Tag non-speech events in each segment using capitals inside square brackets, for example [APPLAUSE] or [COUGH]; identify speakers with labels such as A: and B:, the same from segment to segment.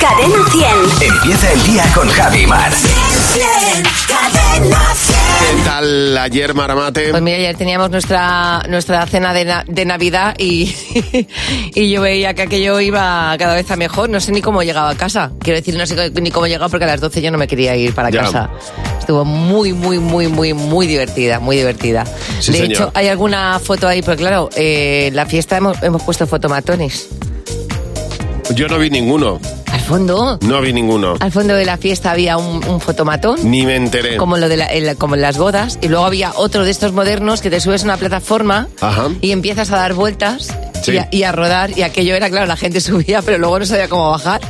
A: Cadena 100.
B: Empieza el día con Javi Mar.
A: Cadena 100.
C: ¿Qué tal ayer, Maramate?
D: Pues mira, ayer teníamos nuestra, nuestra cena de, na- de Navidad y, [LAUGHS] y yo veía que aquello iba cada vez a mejor. No sé ni cómo llegaba a casa. Quiero decir, no sé ni cómo llegaba porque a las 12 yo no me quería ir para
C: Ya.
D: casa. Estuvo muy, muy, muy, muy, muy divertida, muy divertida.
C: Sí,
D: de
C: señor.
D: hecho, hay alguna foto ahí, porque claro, eh, la fiesta hemos, hemos puesto fotomatones.
C: Yo no vi ninguno,
D: Al fondo,
C: no vi ninguno.
D: al fondo de la fiesta había un, un fotomatón.
C: Ni me enteré.
D: como lo de la- el- como en las bodas y luego había otro de estos modernos que te subes a una plataforma
C: Ajá.
D: y empiezas a dar vueltas
C: Sí.
D: y, a, y a rodar y aquello era claro la gente [LAUGHS] subía pero luego no sabía cómo bajar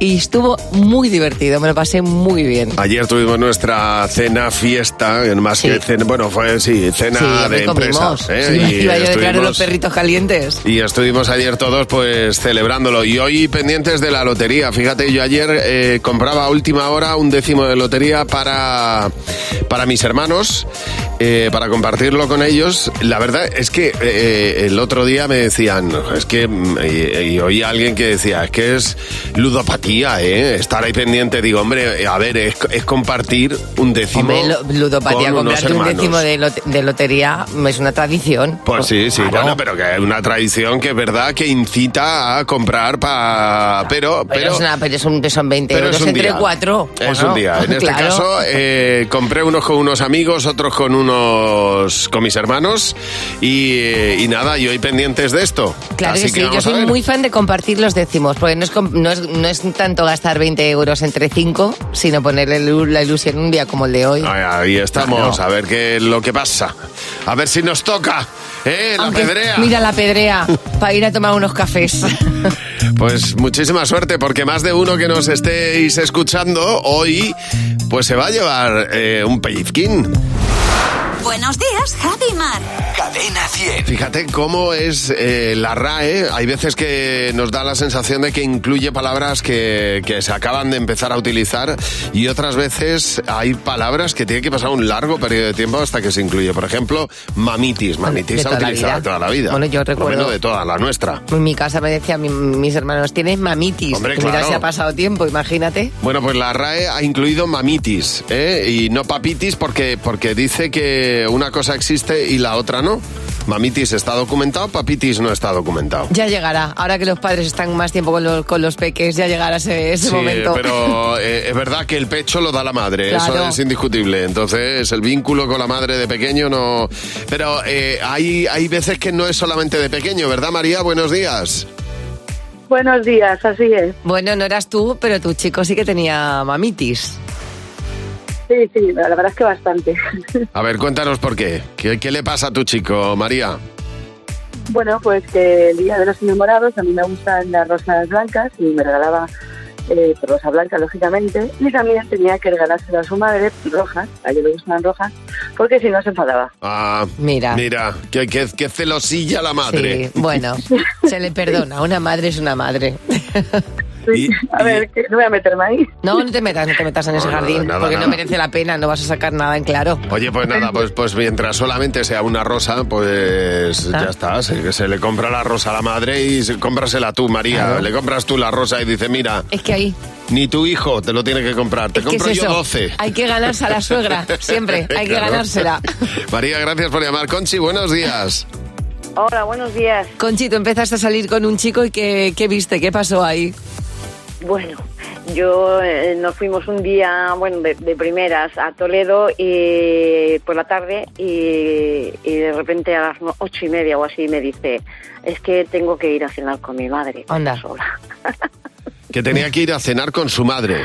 D: y estuvo muy divertido me lo pasé muy bien
C: Ayer tuvimos nuestra cena fiesta, en más
D: Sí.
C: que cena, bueno, fue sí, cena
D: Sí, a mí
C: de empresa.
D: comimos.
C: ¿eh?
D: Sí,
C: Y
D: iba yo a declarar los
C: estuvimos-
D: perritos calientes
C: Y estuvimos ayer todos pues celebrándolo y hoy pendientes de la lotería. Fíjate, yo ayer eh, compraba a última hora un décimo de lotería para, para mis hermanos, eh, para compartirlo con ellos. La verdad es que eh, el otro día me decían, es que, mm, y, y oí a alguien que decía, es que es ludopatía, ¿eh? Estar ahí pendiente, digo, hombre, eh, a ver, es, es compartir un décimo.
D: Hombre, lo- ludopatía,
C: con unos
D: comprarte un
C: hermanos.
D: décimo de, lote- de lotería mm, es una tradición.
C: Pues sí, sí,
D: Claro.
C: bueno, pero que hay una tradición que es verdad que incita a comprar para... Pero,
D: Pero
C: pero,
D: es una- pero es un- son 20
C: pero
D: euros
C: es un
D: entre
C: día.
D: cuatro.
C: Es
D: Bueno,
C: un día. En este
D: claro.
C: caso, eh, compré unos con unos amigos, otros con unos... con mis hermanos y, eh, y nada, y hoy pendientes de esto.
D: Claro
C: Así
D: que, sí, yo
C: vamos a
D: soy
C: ver.
D: muy fan de compartir los décimos, porque no es, com- no es, no es tanto gastar 20 euros entre 5, sino ponerle lu- la ilusión un día como el de hoy.
C: Ahí ahí estamos,
D: Claro.
C: a ver qué es lo que pasa. A ver si nos toca, ¿eh? La
D: Aunque-
C: pedrea.
D: Mira la pedrea, para ir a tomar unos
C: [LAUGHS]
D: cafés.
C: Pues muchísima suerte, porque más de uno que nos estéis escuchando hoy, pues se va a llevar eh, un pellizquín.
A: Buenos días, Javi y Mar.
B: Cadena 100.
C: Fíjate cómo es eh, la RAE. Hay veces que nos da la sensación de que incluye palabras que, que se acaban de empezar a utilizar y otras veces hay palabras que tiene que pasar un largo periodo de tiempo hasta que se incluye. Por ejemplo, mamitis. Mamitis
D: de
C: se ha
D: toda la vida.
C: utilizado de toda la vida.
D: Bueno, yo
C: Por lo
D: recuerdo-
C: menos de toda la nuestra.
D: en mi casa me decían mi- mis hermanos, tienes mamitis.
C: Hombre,
D: Que Mira
C: claro.
D: si ha pasado tiempo, imagínate.
C: Bueno, pues la RAE ha incluido mamitis ¿eh? y no papitis porque, porque dice que una cosa existe y la otra no. Mamitis está documentado, papitis no está documentado.
D: Ya llegará, ahora que los padres están más tiempo con los, con los peques, ya llegará ese, ese
C: Sí,
D: momento.
C: pero eh, es verdad que el pecho lo da la madre, eso
D: Claro.
C: es indiscutible. Entonces, el vínculo con la madre de pequeño no... Pero eh, hay, hay veces que no es solamente de pequeño, ¿verdad, María? Buenos días.
E: Buenos días, así es.
D: Bueno, no eras tú, pero tu chico sí que tenía mamitis.
E: Sí, sí, la verdad es que bastante. [LAUGHS]
C: A ver, cuéntanos por qué. ¿Qué, qué le pasa a tu chico, María?
E: bueno, pues que el Día de los Enamorados a mí me gustan las rosas blancas y me regalaba eh, rosa blanca, lógicamente, y también tenía que regalárselo a su madre, rojas, a ella le gustan rojas, porque si no se enfadaba.
C: Ah,
D: Mira.
C: Mira, qué, qué- qué celosilla la madre.
D: Sí, bueno, se le perdona. Una madre es una madre.
E: Sí,
C: Y-
E: a
C: y-
E: ver, que no voy a meterme ahí.
D: No, no te metas, no te metas en ese
C: No, no,
D: jardín,
C: nada,
D: porque
C: nada.
D: no merece la pena, no vas a sacar nada en claro.
C: Oye, pues nada, pues, pues mientras solamente sea una rosa, pues
D: Ah.
C: ya está. Se, se le compra la rosa a la madre y se- cómprasela tú, María.
D: Claro.
C: Le compras tú la rosa y dice, mira,
D: Es que ahí,
C: ni tu hijo te lo tiene que comprar. Te
D: ¿qué es
C: compro yo
D: eso?
C: 12.
D: Hay que ganarse a la suegra, siempre, hay que
C: [LAUGHS] Claro.
D: ganársela.
C: María, gracias por llamar. Conchi, buenos días.
E: Hola, buenos días.
D: Conchito, empezaste a salir con un chico y ¿qué, qué viste? ¿Qué pasó ahí?
F: Bueno, yo eh, nos fuimos un día, bueno, de, de primeras a Toledo y por la tarde y, y de repente a las no- ocho y media o así me dice, es que tengo que ir a cenar con mi madre Pues,
D: Anda.
F: sola,
C: Ah, Que tenía que ir a cenar con su madre.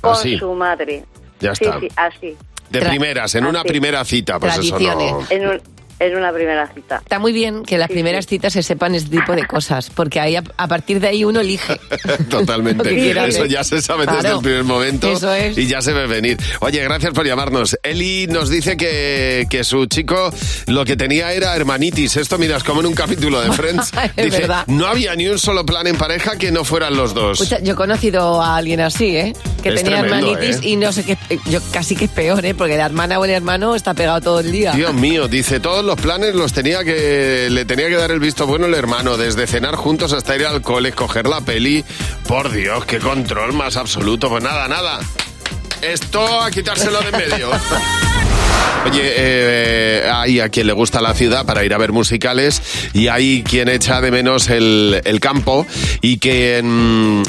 F: con
C: Así,
F: su madre.
C: Ya
F: sí,
C: está.
F: sí, Ah, así,
C: de
D: Tra-
C: primeras, en una
F: así.
C: primera cita. Pues eso no...
D: Tradiciones.
F: en, un- en una primera cita.
D: Está muy bien que las primeras citas se sepan este tipo de cosas, porque ahí, a, a partir de ahí uno elige. Lo que
C: [LAUGHS] Totalmente.
D: quiera
C: Eso
D: hacer.
C: ya se sabe desde
D: Claro.
C: el primer momento
D: Eso es.
C: y ya se ve venir. Oye, gracias por llamarnos. Eli nos dice que, que su chico lo que tenía era hermanitis. Esto miras como en un
D: [LAUGHS]
C: capítulo de Friends.
D: Es
C: dice,
D: verdad. Pues
C: no había ni un solo plan en pareja que no fueran los dos.
D: Escucha, yo he conocido a alguien así, ¿eh? que
C: Pues Es
D: tenía
C: tremendo,
D: hermanitis
C: ¿eh?
D: y no sé qué. Yo casi que es peor, ¿eh? Porque la hermana o el hermano está pegado todo el día.
C: Dios mío, dice, todos los planes los tenía que le tenía que dar el visto bueno el hermano, desde cenar juntos hasta ir al cole, escoger la peli. Por Dios, qué control más absoluto. Pues nada, nada. Esto a quitárselo de en medio. Oye, eh, hay a quien le gusta la ciudad para ir a ver musicales y hay quien echa de menos el, el campo y quien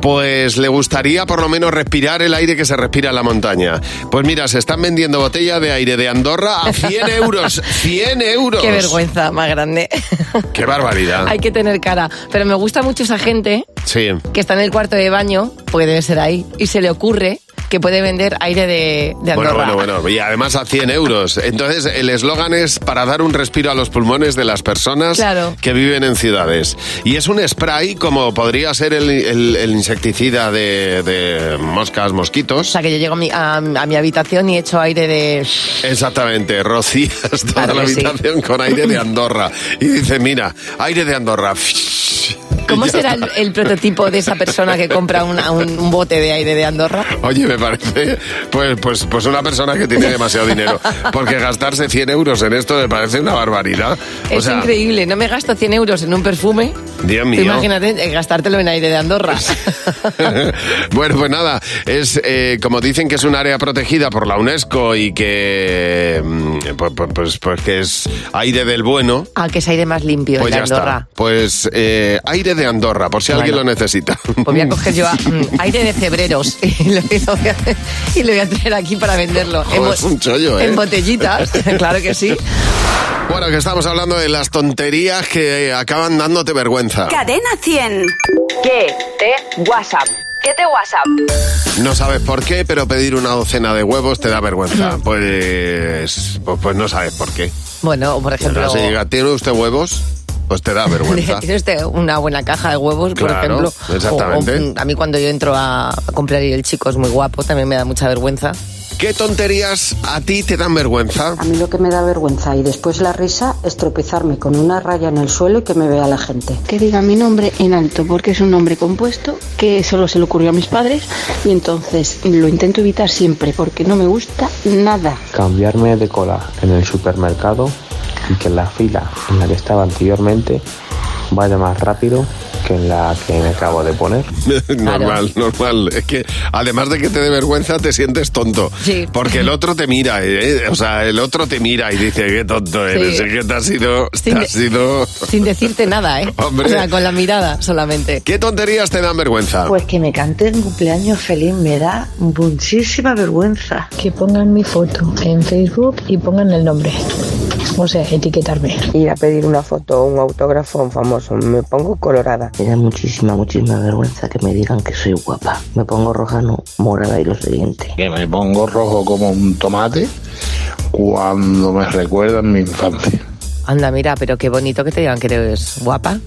C: pues le gustaría por lo menos respirar el aire que se respira en la montaña. Pues mira, se están vendiendo botellas de aire de Andorra
D: [LAUGHS]
C: a 100 euros. 100 euros.
D: Qué vergüenza más grande.
C: Qué barbaridad.
D: Hay que tener cara. Pero me gusta mucho esa gente
C: Sí.
D: que está en el cuarto de baño, porque debe ser ahí, y se le ocurre que puede vender aire de, de Andorra.
C: Bueno, bueno, bueno. Y además a 100 euros. Entonces, el eslogan es para dar un respiro a los pulmones de las personas
D: Claro.
C: que viven en ciudades. Y es un spray como podría ser el, el- el insecticida de, de moscas,
D: O
C: mosquitos.
D: sea, que yo llego a mi, a- a mi habitación y echo aire de...
C: Exactamente, rocías toda
D: Claro
C: la
D: que sí.
C: habitación con aire de Andorra. Y dice, mira, aire de Andorra. [LAUGHS]
D: ¿Cómo
C: Y ya
D: será el,
C: está.
D: el prototipo de esa persona que compra una- un, un bote de aire de Andorra?
C: Oye, me parece pues, pues, pues una persona que tiene demasiado
D: [LAUGHS]
C: dinero. Porque gastarse 100 euros en esto me parece una barbaridad. O
D: Es
C: sea,
D: increíble, no me gasto 100 euros en un perfume.
C: Dios
D: Tú
C: mío. Pues-
D: Imagínate eh, gastártelo en aire de Andorra.
C: [LAUGHS] bueno, pues nada, es eh, como dicen que es un área protegida por la UNESCO y que mm, pues, pues- pues- pues que es aire del bueno.
D: [LAUGHS] ah, que es aire más limpio
C: Pues
D: el
C: ya
D: de Andorra.
C: está. Pues eh, aire de Andorra, por si alguien lo necesita.
D: Pues voy a coger
C: [LAUGHS]
D: yo a- mm, aire de febreros [LAUGHS] y lo, y lo voy a, y lo voy a traer aquí para venderlo. En
C: Joder,
D: bo-
C: es un chollo, ¿eh?
D: En
C: [LAUGHS]
D: botellitas, [LAUGHS] claro que sí.
C: Bueno, que estamos hablando de las tonterías que acaban dándote vergüenza.
A: Cadena 100.
G: ¿Qué te WhatsApp? ¿Qué te WhatsApp?
C: No sabes por qué, pero pedir una docena de huevos te da
D: Mm.
C: vergüenza. Pues, pues, pues no sabes por qué.
D: Bueno, por ejemplo,
C: Pero si llega, ¿tiene usted huevos? Pues
D: [LAUGHS]
C: te da vergüenza.
D: tiene usted una buena caja de huevos, por
C: Claro,
D: ejemplo.
C: exactamente.
D: O- o, mm, a mí cuando yo entro a comprar y el chico es muy guapo, también me da mucha vergüenza.
C: ¿Qué tonterías a ti te dan vergüenza? [LAUGHS]
H: A mí lo que me da vergüenza y después la risa es tropezarme con una raya en el suelo y que me vea la gente.
I: que diga mi nombre en alto porque es un nombre compuesto que solo se le ocurrió a mis padres y entonces lo intento evitar siempre porque no me gusta nada.
J: cambiarme de cola en el supermercado y que la fila en la que estaba anteriormente vaya más rápido que en la que me acabo de poner.
C: normal, normal. Es que además de que te dé vergüenza, te sientes tonto.
D: Sí.
C: Porque el otro te mira, ¿eh? o sea, el otro te mira y dice, qué tonto eres,
D: Sí.
C: es que te has sido...
D: Sí, de-
C: sido...
D: Sin decirte nada, ¿eh?
C: Hombre.
D: O sea, con la mirada solamente.
C: ¿Qué tonterías te dan vergüenza?
K: Pues que me canten cumpleaños feliz me da muchísima vergüenza.
L: Que pongan mi foto en Facebook y pongan el nombre. O sea, etiquetarme.
M: ir a pedir una foto o un autógrafo a un famoso. Me pongo colorada.
K: Me da muchísima, muchísima vergüenza que me digan que soy guapa. Me pongo roja, no, morada y lo siguiente.
N: que me pongo rojo como un tomate cuando me recuerdan mi infancia.
D: Anda, mira, pero qué bonito que te digan que eres guapa.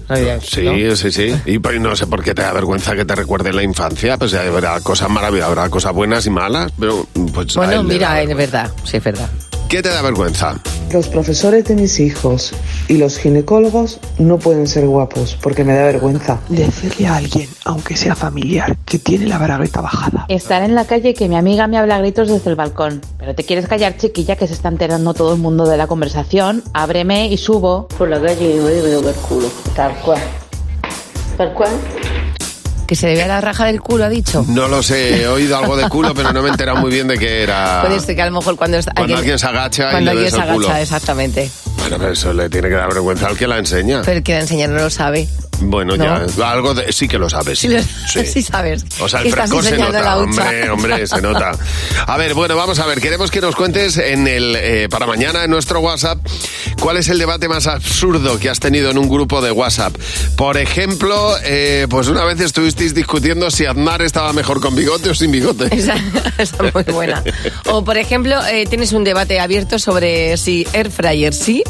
C: Sí, sí, sí. Y pues no sé por qué te da vergüenza que te recuerde la infancia. Pues ya habrá cosas maravillosas, habrá cosas buenas y malas, pero pues... a
D: Bueno,
C: él le da
D: mira,
C: vergüenza.
D: es verdad, sí, es verdad.
C: ¿Qué te da vergüenza?
O: Los profesores de mis hijos y los ginecólogos no pueden ser guapos porque me da vergüenza. Decirle a alguien, aunque sea familiar, que tiene la bragueta bajada.
P: Estar en la calle que mi amiga me habla a gritos desde el balcón. Pero te quieres callar, chiquilla, que se está enterando todo el mundo de la conversación. Ábreme y subo. Por la calle y me veo el culo. Tal cual. Tal cual.
D: Que se le vea la raja del culo, ha dicho.
C: No lo sé, he oído algo de culo, pero no me he enterado muy bien de qué era.
D: [LAUGHS] Puede ser que a lo mejor cuando, Pues es-
C: Cuando alguien se agacha y
D: cuando
C: le
D: alguien
C: ves
D: se
C: el
D: agacha,
C: culo.
D: exactamente.
C: Bueno, pero eso le tiene que dar vergüenza al que la enseña.
D: Pero el que la enseña no lo sabe.
C: Bueno,
D: ¿No?
C: ya, algo de, sí que lo sabes.
D: Sí, lo- [LAUGHS] sí sabes.
C: O sea,
D: que
C: el
D: estás
C: frescor se
D: enseñando
C: nota,
D: la hucha.
C: hombre,
D: [LAUGHS]
C: hombre, se nota. A ver, bueno, vamos a ver, queremos que nos cuentes en el eh, para mañana en nuestro WhatsApp cuál es el debate más absurdo que has tenido en un grupo de WhatsApp. Por ejemplo, eh, pues una vez estuvisteis discutiendo si Aznar estaba mejor con bigote o sin bigote.
D: Esa, esa es muy
C: [LAUGHS]
D: buena. O, por ejemplo, eh, tienes un debate abierto sobre si air fryer sí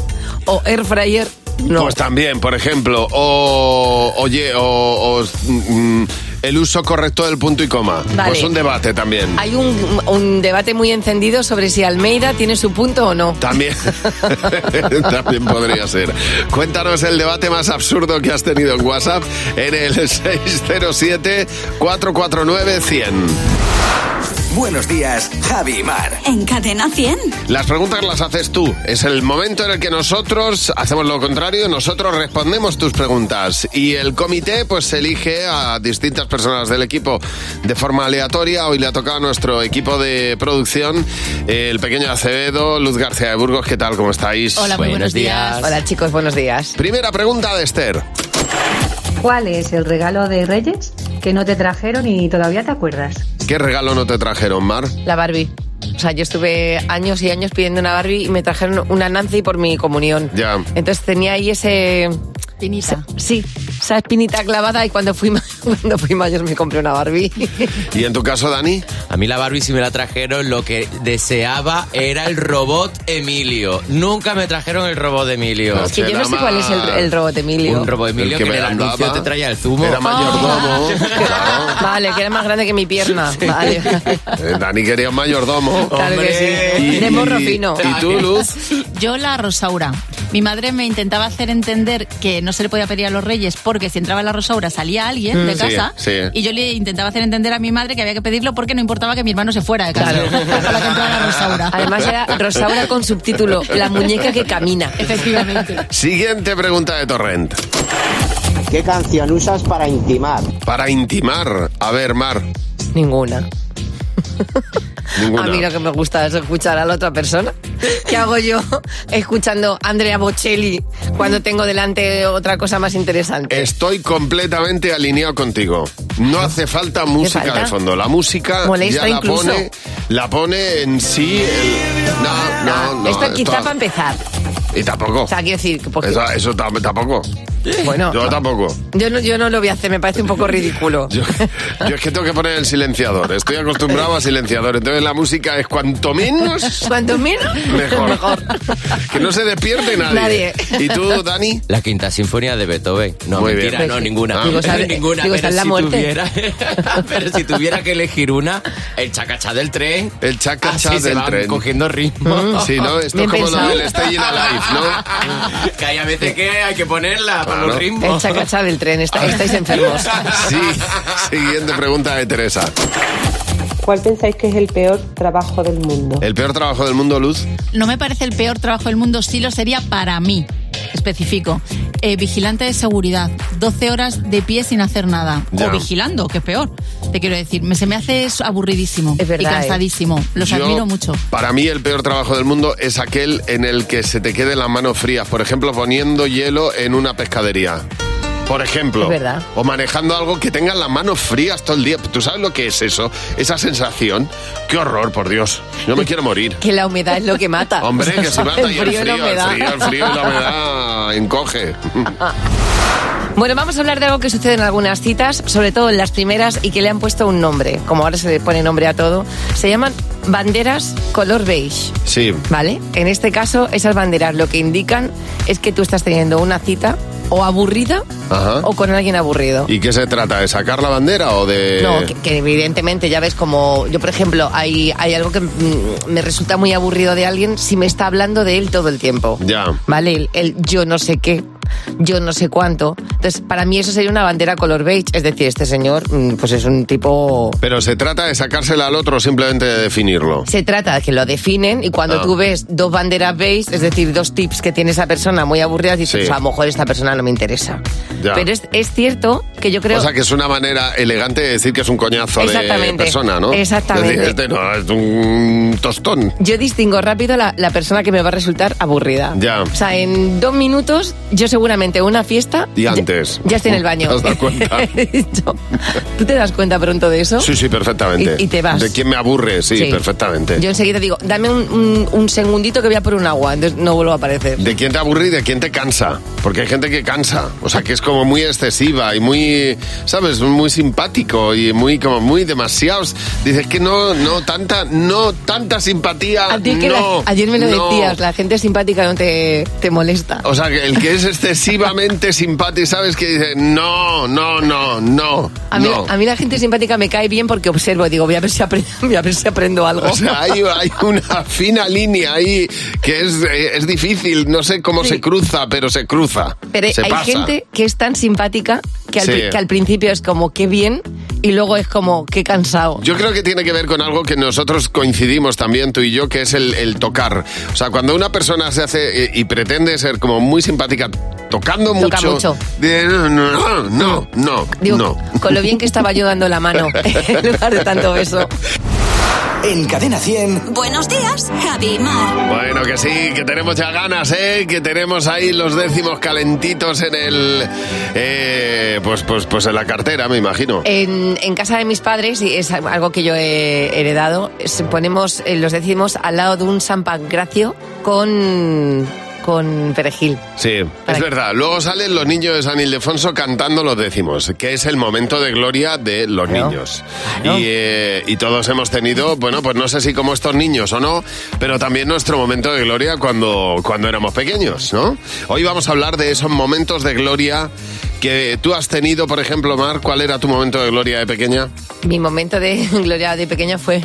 D: o air fryer no.
C: Pues también, por ejemplo, o oye, o, o, mm, el uso correcto del punto y coma.
D: Vale.
C: Pues un debate también.
D: Hay un, un debate muy encendido sobre si Almeida tiene su punto o no. [LAUGHS]
C: También, [LAUGHS] también podría ser. Cuéntanos el debate más absurdo que has tenido en WhatsApp en el [LAUGHS] 607-449-100.
B: Buenos días, Javi y Mar.
A: En Cadena 100.
C: Las preguntas las haces tú. Es el momento en el que nosotros hacemos lo contrario, nosotros respondemos tus preguntas y el comité pues elige a distintas personas del equipo de forma aleatoria. Hoy le ha tocado a nuestro equipo de producción eh, el pequeño Acevedo, Luz García de Burgos. ¿Qué tal? ¿Cómo estáis?
D: Hola chicos, buenos días.
C: Primera pregunta de Esther.
Q: ¿Cuál es el regalo de Reyes que no te trajeron y todavía te acuerdas?
C: ¿Qué regalo no te trajeron, Mar?
D: La Barbie. O sea, yo estuve años y años pidiendo una Barbie y me trajeron una Nancy por mi comunión.
C: Ya.
D: Entonces tenía ahí ese... Espinita. Sí, esa espinita clavada y cuando fui, ma- [LAUGHS] cuando fui mayor me compré una Barbie.
C: ¿Y en tu caso, Dani?
R: A mí la Barbie si me la trajeron, lo que deseaba era el robot Emilio. Nunca me trajeron el robot de Emilio.
D: Es que yo no sé cuál es el, el robot Emilio.
R: Un robot Emilio
C: que
R: que, en el
C: merendaba.
R: anuncio te traía el zumo. Ah.
C: Era mayordomo.
D: Vale, que era más grande que mi
R: [LAUGHS]
D: pierna. Vale.
C: Eh, Dani quería un mayordomo.
D: Claro que sí.
C: Y-
D: De morro fino.
C: ¿Y tú,
S: [LAUGHS]
C: Luz?
S: Yo la Rosaura. Mi madre me intentaba hacer entender que no se le podía pedir a los reyes porque si entraba la Rosaura salía alguien
C: Mm.
S: de
C: Sí,
S: casa
C: sí.
S: y yo le intentaba hacer entender a mi madre que había que pedirlo porque no importaba que mi hermano se fuera de casa. Con la que entraba
T: [LAUGHS]
S: la Rosaura.
D: [LAUGHS] Además era Rosaura con subtítulo, la muñeca que camina.
S: Efectivamente.
C: Siguiente pregunta de Torrent.
U: ¿Qué canción usas para intimar?
C: Para intimar. A ver, Mar.
D: Ninguna.
C: Ninguna.
D: A mí lo que me gusta es escuchar a la otra persona. ¿Qué hago yo escuchando Andrea Bocelli cuando tengo delante otra cosa más interesante?
C: Estoy completamente alineado contigo. No hace falta música
D: Ah. falta?
C: de fondo. La música
D: Molesta
C: ya la
D: incluso.
C: pone, la pone en sí. el- No, no, no.
D: Ah, Esto quizá
C: esto-
D: para empezar.
C: Y tampoco.
D: O sea, quiero decir, que porque-
C: Eso, eso tam- tampoco.
D: Bueno.
C: Yo tampoco.
D: yo, no, yo no lo voy a hacer, me parece un poco ridículo.
C: Yo, yo es que tengo que poner el silenciador. Estoy acostumbrado a silenciador. Entonces la música es cuanto menos,
D: Cuanto menos,
C: mejor. Que no se despierte nadie.
D: Nadie.
C: ¿Y tú, Dani?
R: La quinta sinfonía de Beethoven. No,
C: Muy
R: mentira,
C: bien.
R: no, ninguna.
C: Ah. Digo,
D: ¿sabes?
R: ninguna.
D: Digo,
R: pero,
D: está en la
R: si
D: muerte.
R: Tuviera, [LAUGHS] pero si tuviera que elegir una, el chacachá del tren.
C: El chacachá del tren. Mm,
R: cogiendo ritmo.
C: Sí, ¿no? Esto es como lo del Stay in Alive, ¿no?
R: [LAUGHS] Que hay a veces que hay que ponerla para los
D: El
R: ritmos.
D: chacacha del tren, está- estáis enfermos.
C: [LAUGHS] Sí. Siguiente pregunta de Teresa.
V: ¿Cuál pensáis que es el peor trabajo del mundo?
C: ¿El peor trabajo del mundo, Luz?
S: No me parece el peor trabajo del mundo, sí lo sería para mí. Especifico. Eh, vigilante de seguridad, 12 horas de pie sin hacer nada.
C: Ya.
S: O vigilando, que es peor. Te quiero decir, me, se me hace eso aburridísimo
D: verdad, eh.
S: y cansadísimo. Los
C: Yo-
S: admiro mucho.
C: Para mí el peor trabajo del mundo es aquel en el que se te queden las manos frías. Por ejemplo, poniendo hielo en una pescadería. Por ejemplo.
D: Es verdad.
C: O manejando algo que tengan las manos frías todo el día. ¿Tú sabes lo que es eso? Esa sensación. Qué horror, por Dios. Yo me quiero morir.
D: Que la humedad es lo que mata. [LAUGHS]
C: Hombre, que se mata y el frío,
D: y la
C: el
D: humedad.
C: frío, el frío y la humedad encoge. [LAUGHS]
D: Ah. Bueno, vamos a hablar de algo que sucede en algunas citas, sobre todo en las primeras, y que le han puesto un nombre, como ahora se le pone nombre a todo. Se llaman banderas color beige,
C: Sí.
D: ¿vale? En este caso, esas banderas lo que indican es que tú estás teniendo una cita o aburrida
C: Ajá.
D: o con alguien aburrido.
C: ¿Y qué se trata? ¿De sacar la bandera o de...?
D: No, que, que evidentemente ya ves como yo, por ejemplo, hay, hay algo que mm, me resulta muy aburrido de alguien si me está hablando de él todo el tiempo.
C: Ya.
D: ¿Vale? El, el yo no sé qué, yo no sé cuánto. Entonces, para mí eso sería una bandera color beige. Es decir, este señor, mm, pues es un tipo...
C: Pero se trata de sacársela al otro o simplemente de definirlo.
D: Se trata de que lo definen y cuando
C: Ah.
D: tú ves dos banderas beige, es decir, dos tips que tiene esa persona muy aburridas, dices,
C: Sí.
D: "Pues, a lo mejor esta persona no me interesa.
C: Ya.
D: Pero es, es cierto que yo creo...
C: O sea, que es una manera elegante de decir que es un coñazo de
D: Exactamente.
C: persona, ¿no?
D: Exactamente.
C: Es decir, este no, es un tostón.
D: Yo distingo rápido la, la persona que me va a resultar aburrida.
C: Ya.
D: O sea, en dos minutos, yo seguramente en una fiesta
C: Y antes.
D: ya estoy en
C: [LAUGHS]
D: el baño.
C: ¿Te has dado
D: [LAUGHS]
C: cuenta?
D: Yo- ¿Tú te das cuenta pronto de eso?
C: Sí, sí, perfectamente.
D: Y- y te vas.
C: ¿De quién me aburre? Sí,
D: Sí.
C: perfectamente.
D: Yo enseguida digo, dame un, un- un segundito que voy a por un agua, entonces no vuelvo a aparecer.
C: ¿De quién te aburre y de quién te cansa? Porque hay gente que cansa. O sea, que es como muy excesiva y muy, ¿sabes? Muy simpático y muy, como muy demasiados. Dices que no, no, tanta, no, tanta simpatía.
D: A ti que
C: no,
D: la- ayer me lo
C: no.
D: decías, la gente simpática no te, te molesta.
C: O sea, que el que es exces- excesivamente simpática, ¿sabes? Que dice, no, no, no, no.
D: A mí,
C: no.
D: a mí la gente simpática me cae bien porque observo, digo, voy a ver si aprendo, [LAUGHS] voy a ver si aprendo algo.
C: O sea, hay, hay una fina línea ahí que es, eh, es difícil, no sé cómo
D: Sí.
C: se cruza, pero se cruza.
D: [LAUGHS] Pero
C: se
D: hay
C: pasa.
D: gente que es tan simpática que al,
C: Sí.
D: pri- que al principio es como, qué bien, y luego es como, qué cansado.
C: Yo creo que tiene que ver con algo que nosotros coincidimos también tú y yo, que es el, el tocar. O sea, cuando una persona se hace eh, y pretende ser como muy simpática tocando
D: Toca
C: mucho,
D: mucho.
C: de- no, no, no, no,
D: Digo,
C: no.
D: con lo bien que estaba yo dando la
C: [LAUGHS]
D: mano [LAUGHS] en lugar de tanto beso.
B: En Cadena 100.
A: Buenos días, Javi y Mar.
C: Bueno, que sí, que tenemos ya ganas, ¿eh? Que tenemos ahí los décimos calentitos en el... eh, pues, pues, pues en la cartera, me imagino.
D: En, en casa de mis padres, y es algo que yo he heredado, es- ponemos eh, los decimos al lado de un San Pancracio con, con perejil.
C: Sí, es verdad. Luego salen los niños de San Ildefonso cantando los décimos, que es el momento de gloria de los niños. Y, eh, y todos hemos tenido, bueno, pues no sé si como estos niños o no, pero también nuestro momento de gloria cuando, cuando éramos pequeños, ¿no? Hoy vamos a hablar de esos momentos de gloria que tú has tenido, por ejemplo, Mar, ¿cuál era tu momento de gloria de pequeña?
D: Mi momento de [LAUGHS] gloria de pequeña fue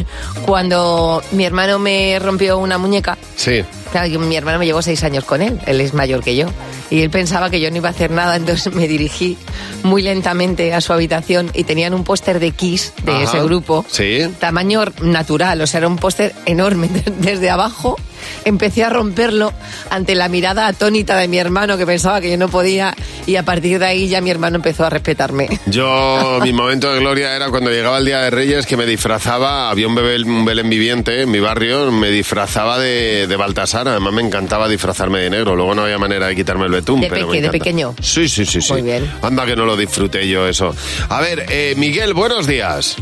D: cuando mi hermano me rompió una muñeca.
C: Sí.
D: Claro, yo- mi hermano me llevó seis años con él, él es mayor que yo. Y él pensaba que yo no iba a hacer nada, entonces [LAUGHS] me dirigí muy lentamente a su habitación y tenían un póster de Kiss de
C: Ajá.
D: ese grupo.
C: Sí.
D: tamaño natural, o sea, era un póster enorme. [LAUGHS] Desde abajo empecé a romperlo ante la mirada atónita de mi hermano que pensaba que yo no podía y a partir de ahí ya mi hermano empezó a respetarme.
C: Yo, mi momento de gloria era cuando llegaba el Día de Reyes que me disfrazaba, había un, bebé, un Belén viviente en mi barrio, me disfrazaba de, de Baltasar, además me encantaba disfrazarme de negro, luego no había manera de quitarme el betún.
D: De
C: pero me
D: peque- de
C: encanta.
D: pequeño.
C: Sí, sí, sí, sí.
D: Muy bien.
C: Anda que no lo disfruté yo eso. A ver, eh, Miguel, buenos días.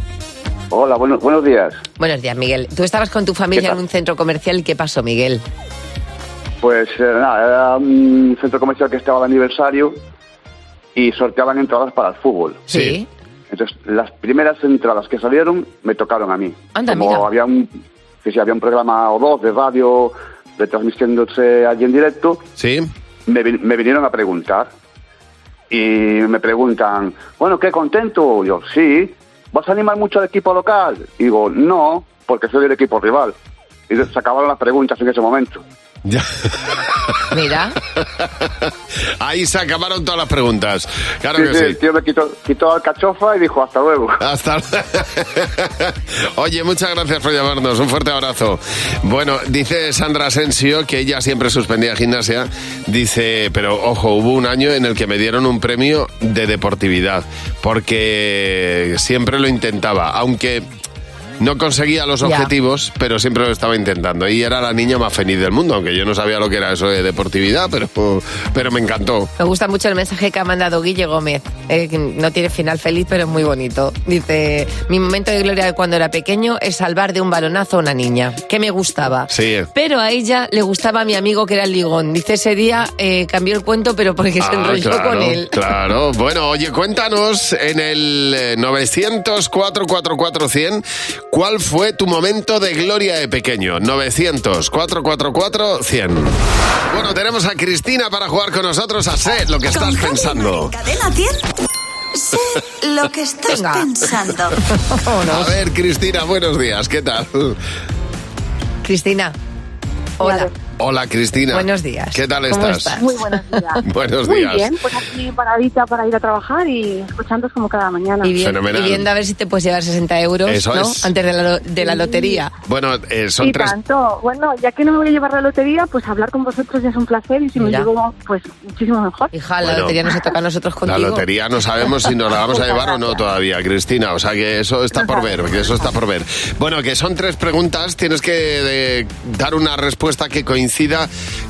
E: Hola, bueno- buenos días.
D: Buenos días, Miguel. Tú estabas con tu
E: ¿Qué
D: familia
E: tal?
D: en un centro comercial, ¿qué pasó, Miguel?
E: Pues eh, nada, era un centro comercial que estaba de aniversario y sorteaban entradas para el fútbol.
D: Sí.
E: Entonces, las primeras entradas que salieron me tocaron a mí.
D: Anda,
E: Como
D: mira.
E: había un, que si había un programa o dos de radio retransmitiéndose allí en directo,
C: sí.
E: me, vi- me vinieron a preguntar. Y me preguntan, bueno, qué contento. Yo, sí, ¿vas a animar mucho al equipo local? Y digo, no, porque soy del equipo rival. Y se acabaron las preguntas en ese momento.
D: Mira.
C: Ahí se acabaron todas las preguntas. Claro
E: Sí,
C: que
E: sí,
C: sí.
E: El tío me quitó, quitó la cachofa y dijo hasta luego.
C: Hasta [LAUGHS] Oye, muchas gracias por llamarnos. Un fuerte abrazo. Bueno, dice Sandra Asensio que ella siempre suspendía gimnasia. Dice, pero ojo, hubo un año en el que me dieron un premio de deportividad. Porque siempre lo intentaba. Aunque. No conseguía los
D: Ya.
C: objetivos, pero siempre lo estaba intentando. Y era la niña más feliz del mundo, aunque yo no sabía lo que era eso de deportividad, pero, pero me encantó.
D: Me gusta mucho el mensaje que ha mandado Guille Gómez. eh, que no tiene final feliz, pero es muy bonito. Dice, mi momento de gloria de cuando era pequeño es salvar de un balonazo a una niña, que me gustaba. [LAUGHS]
C: Sí.
D: Pero a ella le gustaba a mi amigo que era el ligón. Dice, ese día eh, cambió el cuento, pero porque
C: Ah,
D: se enrolló
C: claro,
D: con él. [LAUGHS]
C: Claro, bueno, oye, cuéntanos en el eh, 900 444 100 cuál fue tu momento de gloria de pequeño. 900 444 100. Bueno, tenemos a Cristina para jugar con nosotros a Sé lo que estás pensando.
A: Cadena 100. Sé lo que estás pensando.
C: A ver, Cristina, buenos días, ¿qué tal?
D: Cristina. Hola.
C: Hola, Cristina.
D: Buenos días.
C: ¿Qué tal
D: ¿Cómo
C: estás?
D: estás?
T: Muy buenos días.
C: Buenos
T: Muy
C: días.
T: bien, pues aquí paradita para ir a trabajar y escuchándos como cada mañana.
D: Y, bien-
C: Fenomenal.
D: y viendo a ver si te puedes llevar 60 euros
C: Eso
D: ¿no?
C: es.
D: antes de la, lo- de la lotería.
C: Bueno, eh, son
T: y
C: tres.
T: tanto. Bueno, ya que no me voy a llevar la lotería, pues hablar con vosotros ya es un placer y si
D: Mira.
T: me llevo, pues muchísimo mejor.
D: Hija, la
C: Bueno.
D: lotería nos toca a nosotros
C: La
D: contigo.
C: lotería no sabemos si nos la vamos a llevar o [LAUGHS] no todavía, Cristina. O sea que eso está por ver, que eso está por ver. Bueno, que son tres preguntas. Tienes que eh, dar una respuesta que coincida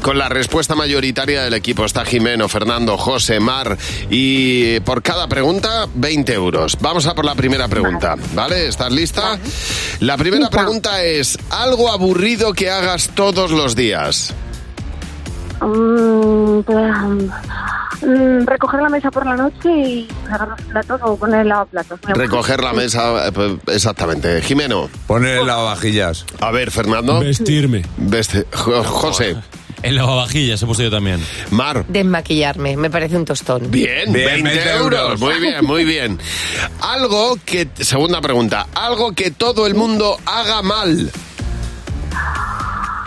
C: con la respuesta mayoritaria del equipo. Está Jimeno, Fernando, José, Mar. Y por cada pregunta, 20 euros. Vamos a por la primera pregunta. ¿Vale? ¿Estás lista? La primera pregunta es, ¿algo aburrido que hagas todos los días?
T: Mm, pues, mm, recoger la mesa por la noche y agarrar los platos o poner el lavaplatos. Mi amor.
C: Recoger la mesa, eh, p- exactamente. Jimeno.
W: Poner el lavavajillas.
C: A ver, Fernando.
W: Vestirme.
C: Veste- Jo- José.
F: El lavavajillas he puesto yo también.
C: Mar.
D: Desmaquillarme, me parece un tostón.
C: Bien,
F: Bien,
C: 20,
F: 20
C: euros.
F: euros.
C: Muy bien, muy bien. Algo que, segunda pregunta, algo que todo el mundo haga mal.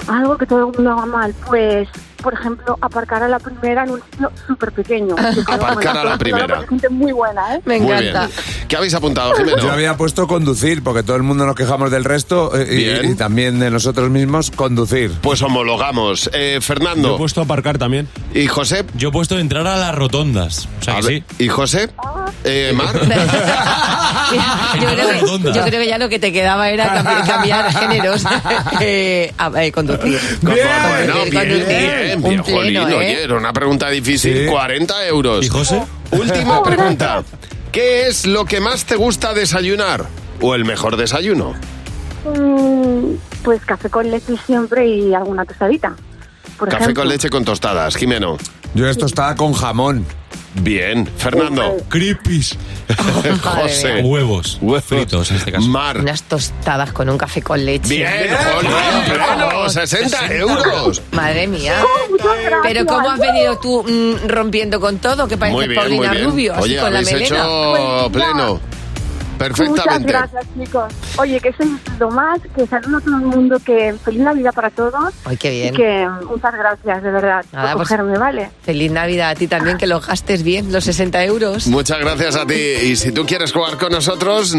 T: Algo que todo el mundo haga mal, pues, por ejemplo, aparcar a la primera en un sitio
D: [LAUGHS]
T: súper pequeño. Yo creo,
C: Aparcar a la
T: bueno,
C: primera.
T: Gente muy buena, ¿eh?
D: Me
C: Muy bien. ¿Qué habéis apuntado, Jimeno?
G: Yo había puesto conducir, porque todo el mundo nos quejamos del resto eh, y, y también de nosotros mismos, conducir.
C: Pues homologamos. Eh, Fernando.
F: Yo he puesto aparcar también.
C: ¿Y José?
F: Yo he puesto entrar a las rotondas. O sea que sí.
C: ¿Y José? Eh, Mar.
D: [LAUGHS] Yo creo, que, yo creo que ya lo que te quedaba era cambiar, cambiar
C: [LAUGHS]
D: géneros. Eh, a- eh, conducir. ¿eh?
C: Bueno, bien,
D: conducir.
C: bien, bien,
D: Un pleno,
C: jolín,
D: ¿eh?
C: oye, era una pregunta difícil. 40 euros. ¿Y
F: José?
D: [LAUGHS]
C: Última pregunta. ¿Qué es lo que más te gusta desayunar? ¿O el mejor desayuno?
T: Mm, Pues café con leche siempre y alguna tostadita. Por
C: Café
T: ejemplo.
C: con leche con tostadas, Jimeno.
G: Yo esto estaba con jamón.
C: Bien, Fernando. [LAUGHS]
F: Creepies.
C: José.
F: Huevos. Fritos, en este caso.
C: Mar.
D: Unas tostadas con un café con leche.
C: Bien, jolín, bravo, 60 euros.
D: Madre mía.
T: Oh,
D: Pero ¿cómo has venido tú mm, rompiendo con todo? Que pareces
C: Muy bien, muy
D: Paulina
C: bien.
D: Rubio, así
C: Oye,
D: con la
C: habéis
D: melena. Pues
C: hecho pleno.
T: Muchas
C: Perfectamente.
T: gracias, chicos. Oye, que sois lo más, que saludo a todo el mundo, que feliz Navidad para todos.
D: Ay, qué bien.
T: Y que
H: um,
T: muchas gracias, de verdad,
D: Nada,
T: por
D: pues-
T: cogerme, ¿vale?
D: Feliz Navidad a ti también, que lo gastes bien, los 60 euros.
C: Muchas gracias a ti. Y si tú quieres jugar con nosotros,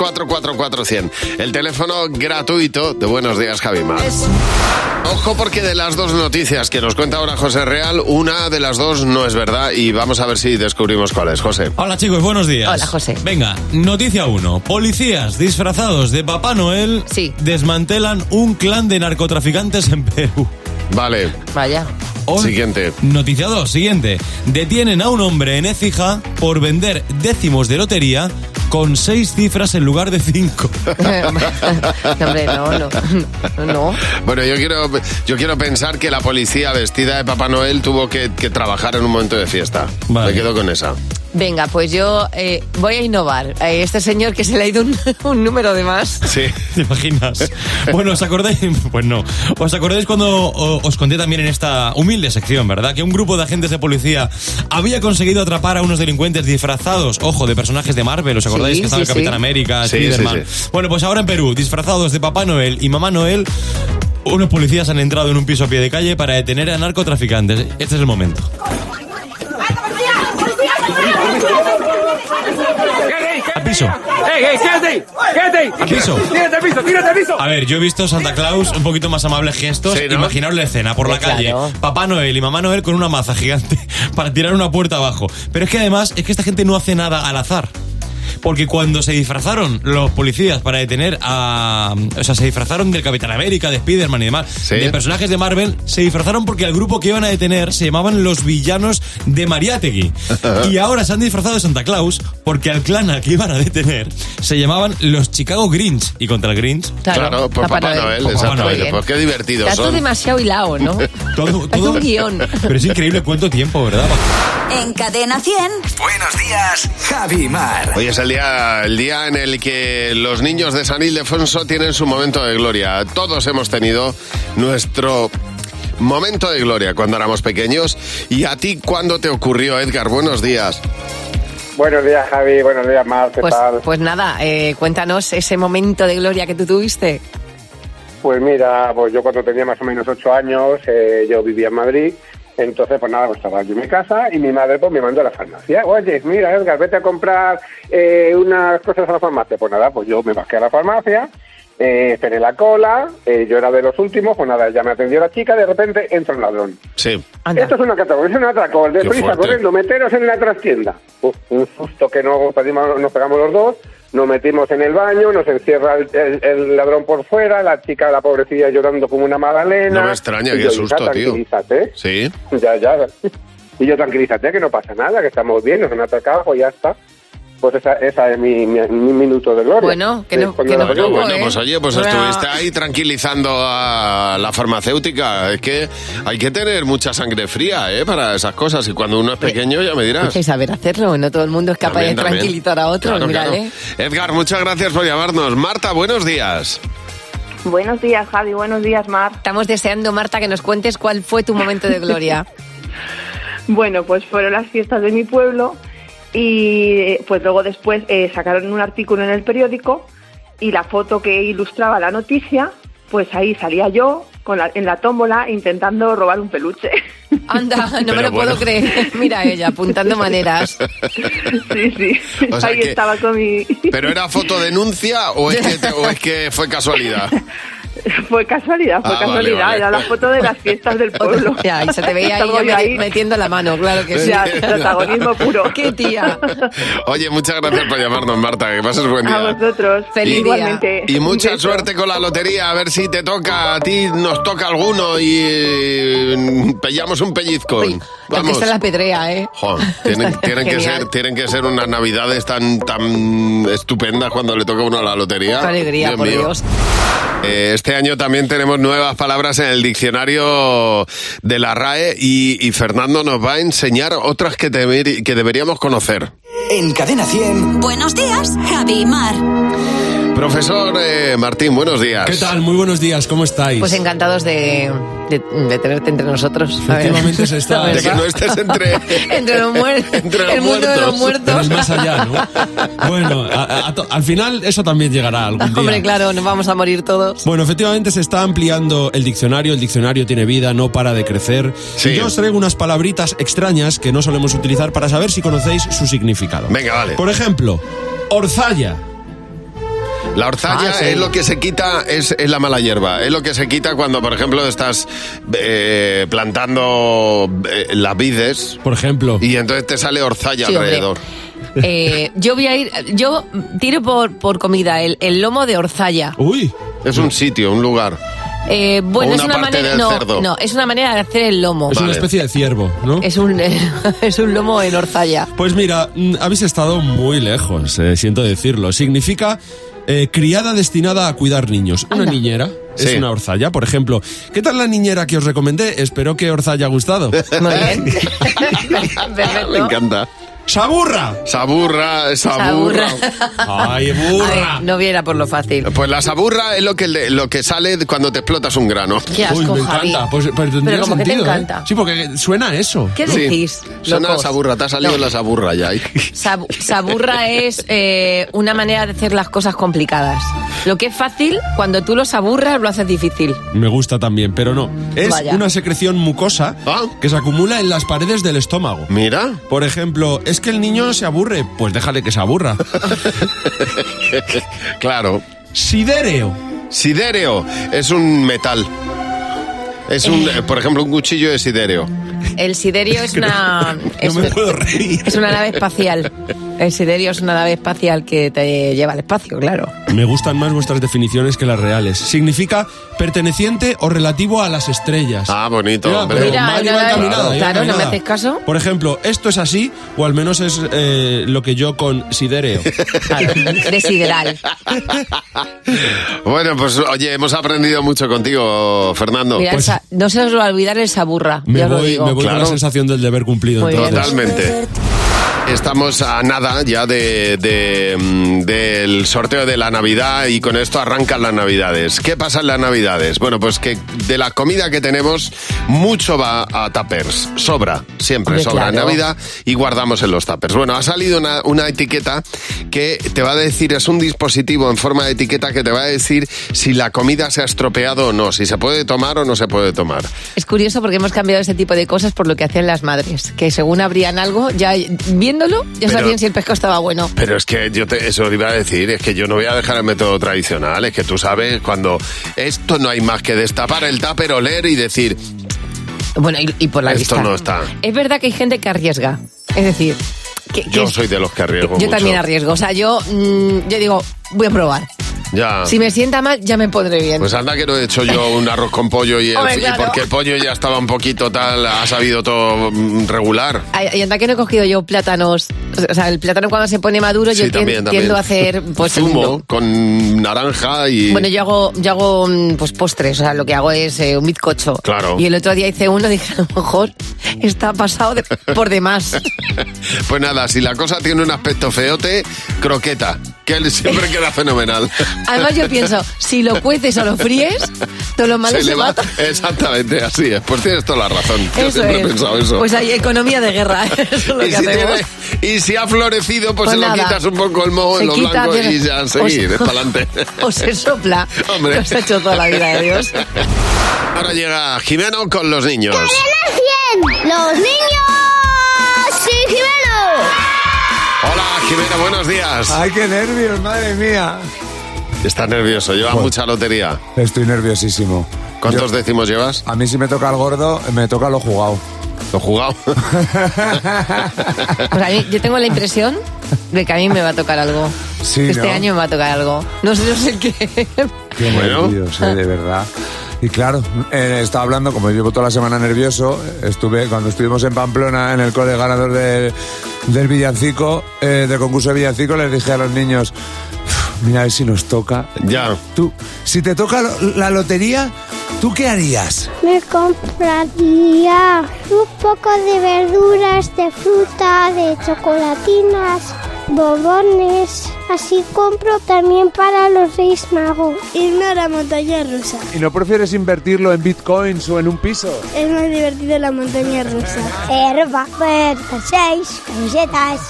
C: 900-444-100. El teléfono gratuito de Buenos Días, Javima. Ojo porque de las dos noticias que nos cuenta ahora José Real, una de las dos no es verdad y vamos a ver si descubrimos cuál es, José.
F: Hola chicos, buenos días.
D: Hola, José.
F: Venga, noticia 1. Policías disfrazados de Papá Noel desmantelan un clan de narcotraficantes en Perú.
C: Vale.
D: Vaya.
C: Siguiente.
F: Noticia 2, siguiente. Detienen a un hombre en Écija por vender décimos de lotería con seis cifras en lugar de cinco.
D: No, [LAUGHS] hombre, no, no. No.
C: [LAUGHS] Bueno, yo quiero, yo quiero pensar que la policía vestida de Papá Noel tuvo que, que trabajar en un momento de fiesta. Me quedo con esa.
D: Venga, pues yo eh, voy a innovar. Eh, este señor que se le ha ido un, [LAUGHS] un número de más.
C: Sí.
F: [LAUGHS] ¿Te imaginas? Bueno, ¿os acordáis? [LAUGHS] Pues no. ¿Os acordáis cuando o, os conté también en esta humilde sección, verdad? Que un grupo de agentes de policía había conseguido atrapar a unos delincuentes disfrazados, ojo, de personajes de Marvel. ¿Os acordáis
R: Sí,
F: que estaba
R: sí,
F: el Capitán
R: sí.
F: América,
R: Sí,
F: Spiderman?
R: sí,
F: Bueno, pues ahora en Perú, disfrazados de Papá Noel y Mamá Noel, unos policías han entrado en un piso a pie de calle para detener a narcotraficantes. Este es el momento. Al piso.
W: ¡Ey, ey, quédate! ahí, ¡Quédate! ahí.
F: Al piso.
W: ¡Tírate al piso! ¡Tírate al piso!
F: A ver, yo he visto Santa Claus un poquito más amable gestos. Imaginaos la escena por la
R: Claro.
F: calle. Papá Noel y Mamá Noel con una maza gigante [LAUGHS] para tirar una puerta abajo. Pero es que además es que esta gente no hace nada al azar. Porque cuando se disfrazaron los policías para detener a... O sea, se disfrazaron del Capitán América, de Spiderman y demás, de personajes de Marvel, se disfrazaron porque al grupo que iban a detener se llamaban los villanos
D: [LAUGHS]
F: de Mariátegui. y ahora se han disfrazado de Santa Claus porque al clan al que iban a detener se llamaban los Chicago Grinch. Y contra el Grinch...
D: Claro, Claro, por Papá Papá Noel. Noel,
F: Por Papá
C: exactamente.
F: Noel.
C: Pues qué divertido
D: Está todo demasiado hilado, ¿no? Parece
F: Todo- todo-
D: un guión.
F: Pero es increíble cuánto tiempo, ¿verdad?
A: En Cadena 100. Buenos días, Javi Mar.
C: Hoy es el día, el día en el que los niños de San Ildefonso tienen su momento de gloria. Todos hemos tenido nuestro momento de gloria cuando éramos pequeños. ¿Y a ti cuándo te ocurrió, Edgar? Buenos días.
W: Buenos días, Javi. Buenos días, Mar. ¿Qué
D: Pues,
W: tal?
D: pues nada, eh, cuéntanos ese momento de gloria que tú tuviste.
W: Pues mira, pues yo cuando tenía más o menos ocho años, eh, yo vivía en Madrid. Entonces, pues nada, pues estaba yo en mi casa y mi madre pues me mandó a la farmacia. Oye, mira, Edgar, vete a comprar eh, unas cosas a la farmacia. Pues nada, pues yo me bajé a la farmacia, eh, esperé la cola, eh, yo era de los últimos, pues nada, ya me atendió la chica, de repente entra un ladrón.
C: Sí.
W: Esto es una categoría, es un atraco. el Deprisa,
C: fuerte.
W: corriendo, meteros en la trastienda. Uf, un susto que no pedimos- nos pegamos los dos. Nos metimos en el baño, nos encierra el, el- el ladrón por fuera, la chica, la pobrecilla, llorando como una magdalena.
C: No me extraña,
W: Y
C: qué
W: yo,
C: susto,
W: "Hija,
C: tío".
W: tranquilízate.
C: Sí.
W: Ya, ya. Y yo, tranquilízate, que no pasa nada, que estamos bien, nos han atacado, pues ya está. Pues esa, esa es mi, mi- mi minuto de gloria.
D: Bueno, que no-
W: Cuando
D: que
W: la
D: no-
W: tenemos.
D: Bueno,
C: Bueno,
D: ¿eh?
C: pues oye, pues
D: Bueno.
C: estuviste ahí tranquilizando a la farmacéutica. Es que hay que tener mucha sangre fría, ¿eh? Para esas cosas. Y cuando uno es
D: Pues,
C: pequeño, ya me dirás.
D: Hay que saber hacerlo, no todo el mundo es capaz
C: También,
D: de
C: también.
D: tranquilizar a otro, ¿eh?
C: Claro,
D: mírale.
C: claro. Edgar, muchas gracias por llamarnos. Marta, buenos días.
D: Buenos días, Javi. Buenos días, Mar. Estamos deseando, Marta, que nos cuentes cuál fue tu momento de
C: [LAUGHS]
D: gloria.
H: [LAUGHS] Bueno, pues fueron las fiestas de mi pueblo y eh, pues luego después eh, sacaron un artículo en el periódico y la foto que ilustraba la noticia, pues ahí salía yo con la- en la tómbola intentando robar un peluche.
D: Anda, no me
H: Pero bueno.
D: lo puedo
C: [LAUGHS]
D: creer. Mira
H: [LAUGHS]
D: ella, apuntando maneras.
H: Sí, sí.
C: O sea
H: ahí
C: que-
H: estaba con mi...
C: ¿Pero era fotodenuncia o es que, te- o es que fue casualidad?
H: Fue casualidad, fue
C: Ah, vale,
H: casualidad.
C: vale.
H: Era la foto de las fiestas
D: [LAUGHS]
H: del pueblo.
D: Ya, y se te veía ahí,
H: Salgo
D: yo
H: yo
D: meti- metiendo la mano, claro que sí.
H: Ya, protagonismo puro.
D: [LAUGHS] Qué tía.
C: Oye, muchas gracias por llamarnos, Marta. Que pases
D: Pues
C: buen
H: A
C: día.
H: vosotros.
C: Feliz día.
H: Igualmente.
C: Y mucha suerte con la lotería, a ver si te toca, a ti nos toca alguno y eh, pellamos un pellizcón.
D: Lo que
C: Vamos.
D: está en la pedrea, ¿eh?
C: Jo, tienen, tienen que
D: Genial.
C: ser, tienen que ser unas navidades tan, tan estupendas cuando le toca a uno a la lotería.
D: Qué alegría, por Dios.
C: Eh, Este año también tenemos nuevas palabras en el diccionario de la RAE y, y Fernando nos va a enseñar otras que, deber- que deberíamos conocer.
B: En Cadena 100.
I: Buenos días, Javi y Mar.
C: Profesor eh, Martín, buenos días.
J: ¿Qué tal? Muy buenos días, ¿cómo estáis?
D: Pues encantados de, de, de tenerte entre nosotros. la verdad.
J: Últimamente se
D: [LAUGHS]
J: está...
D: De que no
C: estés entre...
D: [LAUGHS] Entre
C: [LAUGHS]
D: los muertos. el mundo de los muertos.
J: El más allá, ¿no?
R: [LAUGHS]
J: Bueno, a- a to- al final eso también llegará algún día.
D: Hombre, claro, nos vamos a morir todos.
J: Bueno, efectivamente se está ampliando el diccionario, el diccionario tiene vida, no para de crecer. Y Yo os traigo unas palabritas extrañas que no solemos utilizar para saber si conocéis su significado.
C: Venga, vale.
J: Por ejemplo, orzalla.
C: La orzalla
J: Ah, sí.
C: es lo que se quita, es, es la mala hierba. Es lo que se quita cuando, por ejemplo, estás eh, plantando eh, las vides.
J: Por ejemplo.
C: Y entonces te sale orzalla
D: Sí, hombre.
C: alrededor.
D: Eh, yo voy a ir, yo tiro por, por comida el, el lomo de orzalla.
J: Uy.
C: Es un sitio, un lugar.
D: Eh, bueno,
C: O
D: es
C: una
D: una
C: parte
D: manera,
C: del
D: no,
C: cerdo.
D: no, es una manera de hacer el lomo.
J: Es una especie de ciervo, ¿no?
D: Es un, [LAUGHS] es un lomo en orzalla.
J: Pues mira, mm, habéis estado muy lejos, eh, siento decirlo. Significa eh, criada destinada a cuidar niños. Una niñera. Es
C: Sí.
J: una orzalla, por ejemplo. ¿Qué tal la niñera que os recomendé? Espero que os haya gustado.
D: Muy bien.
C: Me encanta.
J: ¡Saburra!
C: Saburra, saburra.
D: Saburra. A ver, no viera por lo fácil.
C: Pues la saburra es lo que, le- lo que sale de cuando te explotas un grano.
D: Qué asco, Uy, me Javi. encanta. Pues- pues Pero tendría como que te sentido, ¿eh? encanta.
J: Sí, porque suena ¿eh? eso.
D: ¿Qué
C: Sí.
D: decís,
C: Suena a
D: locos?
C: saburra, te ha salido
D: No.
C: la saburra
D: [LAUGHS]
C: ya. ahí.
D: Sab- saburra es eh, una manera de hacer las cosas complicadas. Lo que es fácil, cuando tú lo saburras, lo haces difícil.
J: Me gusta también, pero no. Es
D: Vaya.
J: una secreción mucosa que se acumula en las paredes del estómago.
C: Mira.
J: Por ejemplo, es que el niño se aburre, pues déjale que se aburra.
C: claro.
J: Sidéreo.
C: Sidéreo es un metal. Es un,
D: Eh.
C: eh, por ejemplo, un cuchillo de sidéreo.
D: El siderio es una, es,
C: me puedo reír.
D: es una nave espacial. El siderio es una nave espacial que te lleva al espacio, claro.
J: Me gustan más vuestras definiciones que las reales. Significa perteneciente o relativo a las estrellas.
C: Ah, bonito,
J: Mira,
C: hombre.
J: pero mal ¿eh? iba
D: nave-
J: encaminada, iba
D: claro, no me
J: encaminada.
D: haces caso.
J: Por ejemplo, esto es así, o al menos es eh, lo que yo considereo. [LAUGHS]
D: Eres sideral.
C: Bueno, pues oye, hemos aprendido mucho contigo, Fernando.
D: Mirad, sa- no se os va a olvidar el saburra.
J: Me
D: ya os lo
J: voy,
D: digo.
J: me voy con la
C: Claro.
J: sensación del deber cumplido.
D: Muy
J: entonces.
C: Totalmente. Estamos a nada ya de, de, mm, del sorteo de la Navidad y con esto arrancan las Navidades. ¿Qué pasa en las Navidades? Bueno, pues que de la comida que tenemos, mucho va a tapers. Sobra, siempre
X: Hombre,
C: sobra en
X: claro.
C: Navidad y guardamos en los tapers. Bueno, ha salido una, una etiqueta que te va a decir, es un dispositivo en forma de etiqueta que te va a decir si la comida se ha estropeado o no, si se puede tomar o no se puede tomar.
D: Es curioso porque hemos cambiado ese tipo de cosas por lo que hacían las madres, que según abrían algo, ya viéndolo, ya
C: Pero-
D: sabían si el pescado estaba bueno.
C: Pero es que yo te, eso iba a decir, es que yo no voy a dejar el método tradicional, es que tú sabes cuando esto no hay más que destapar el tupper, oler y decir,
D: Bueno, y, y por la
C: esto
D: vista.
C: no está.
D: Es verdad que hay gente que arriesga. Es decir, que, que
C: Yo
D: es-
C: soy de los que arriesgo
D: yo
C: mucho.
D: también arriesgo. O sea, yo, mm, yo digo, voy a probar.
C: Ya.
D: Si me sienta mal, ya me pondré bien.
C: Ah. Pues anda que no he hecho yo un arroz con pollo y, el-
D: Hombre,
C: y
D: claro.
C: porque el pollo ya estaba un poquito tal, ha sabido todo mm, regular.
D: Ay, Y anda que no he cogido yo plátanos. O sea, el plátano cuando se pone maduro, yo tien- tiendo a hacer. Pues,
C: Zumo con naranja y...
D: Bueno, yo hago, yo hago mm, pues postres, o sea, lo que hago es eh, un bizcocho.
C: Claro.
D: Y el otro día hice uno, [LAUGHS] dije, a lo mejor está pasado de- por demás.
C: Pues nada, si la cosa tiene un aspecto feote, croqueta. que él siempre queda fenomenal.
D: Además
C: [LAUGHS]
D: yo pienso, si lo cueces o lo fríes, todo lo malo se,
C: le va-
D: mata.
C: Exactamente, así es. Pues tienes toda la razón. [LAUGHS] Yo
D: Eso
C: siempre he
D: es.
C: pensado eso.
D: Pues hay economía de guerra. [LAUGHS] Eso es lo
C: y,
D: que
C: si
D: hacemos.
C: tiene- y si ha florecido, pues,
D: Pues
C: se lo
D: nada.
C: quitas un poco el moho
D: Se
C: en lo
D: quita,
C: blanco
D: tiene- pues
C: y ya a seguir,
D: o se- [LAUGHS]
C: para adelante.
D: O se sopla.
C: [LAUGHS] Hombre.
D: Lo has hecho toda la vida de Dios.
C: [LAUGHS] Ahora llega Jimeno con los niños.
K: ¡Los niños! ¡Sí,
C: Hola, Jimeno, buenos días.
G: Ay, qué nervios, madre mía. Pues
C: Estás nervioso, llevas mucha lotería.
G: Estoy nerviosísimo.
C: ¿Cuántos décimos llevas?
G: A mí si me toca el gordo, me toca lo jugado.
C: Lo jugado.
D: Pues a mí- yo tengo la impresión de que a mí me va a tocar algo.
G: Sí,
D: este
G: ¿no?
D: año me va a tocar algo. No sé, no sé qué. [LAUGHS]
G: Qué nervios, eh, de verdad. Y claro, eh, estaba hablando, como llevo toda la semana nervioso, eh, estuve cuando estuvimos en Pamplona en el cole ganador del, del villancico, eh, del concurso de villancico, les dije a los niños, "Uf, mira a ver si nos toca.
C: Ya.
G: Tú, si te toca lo- la lotería, ¿tú qué harías?
K: Me compraría un poco de verduras, de fruta, de chocolatinas, bobones. Así compro también para los Reyes Magos. Irme a la montaña rusa.
G: ¿Y no prefieres invertirlo en bitcoins o en un piso?
K: Es más divertido la montaña rusa. ropa, seis, camisetas,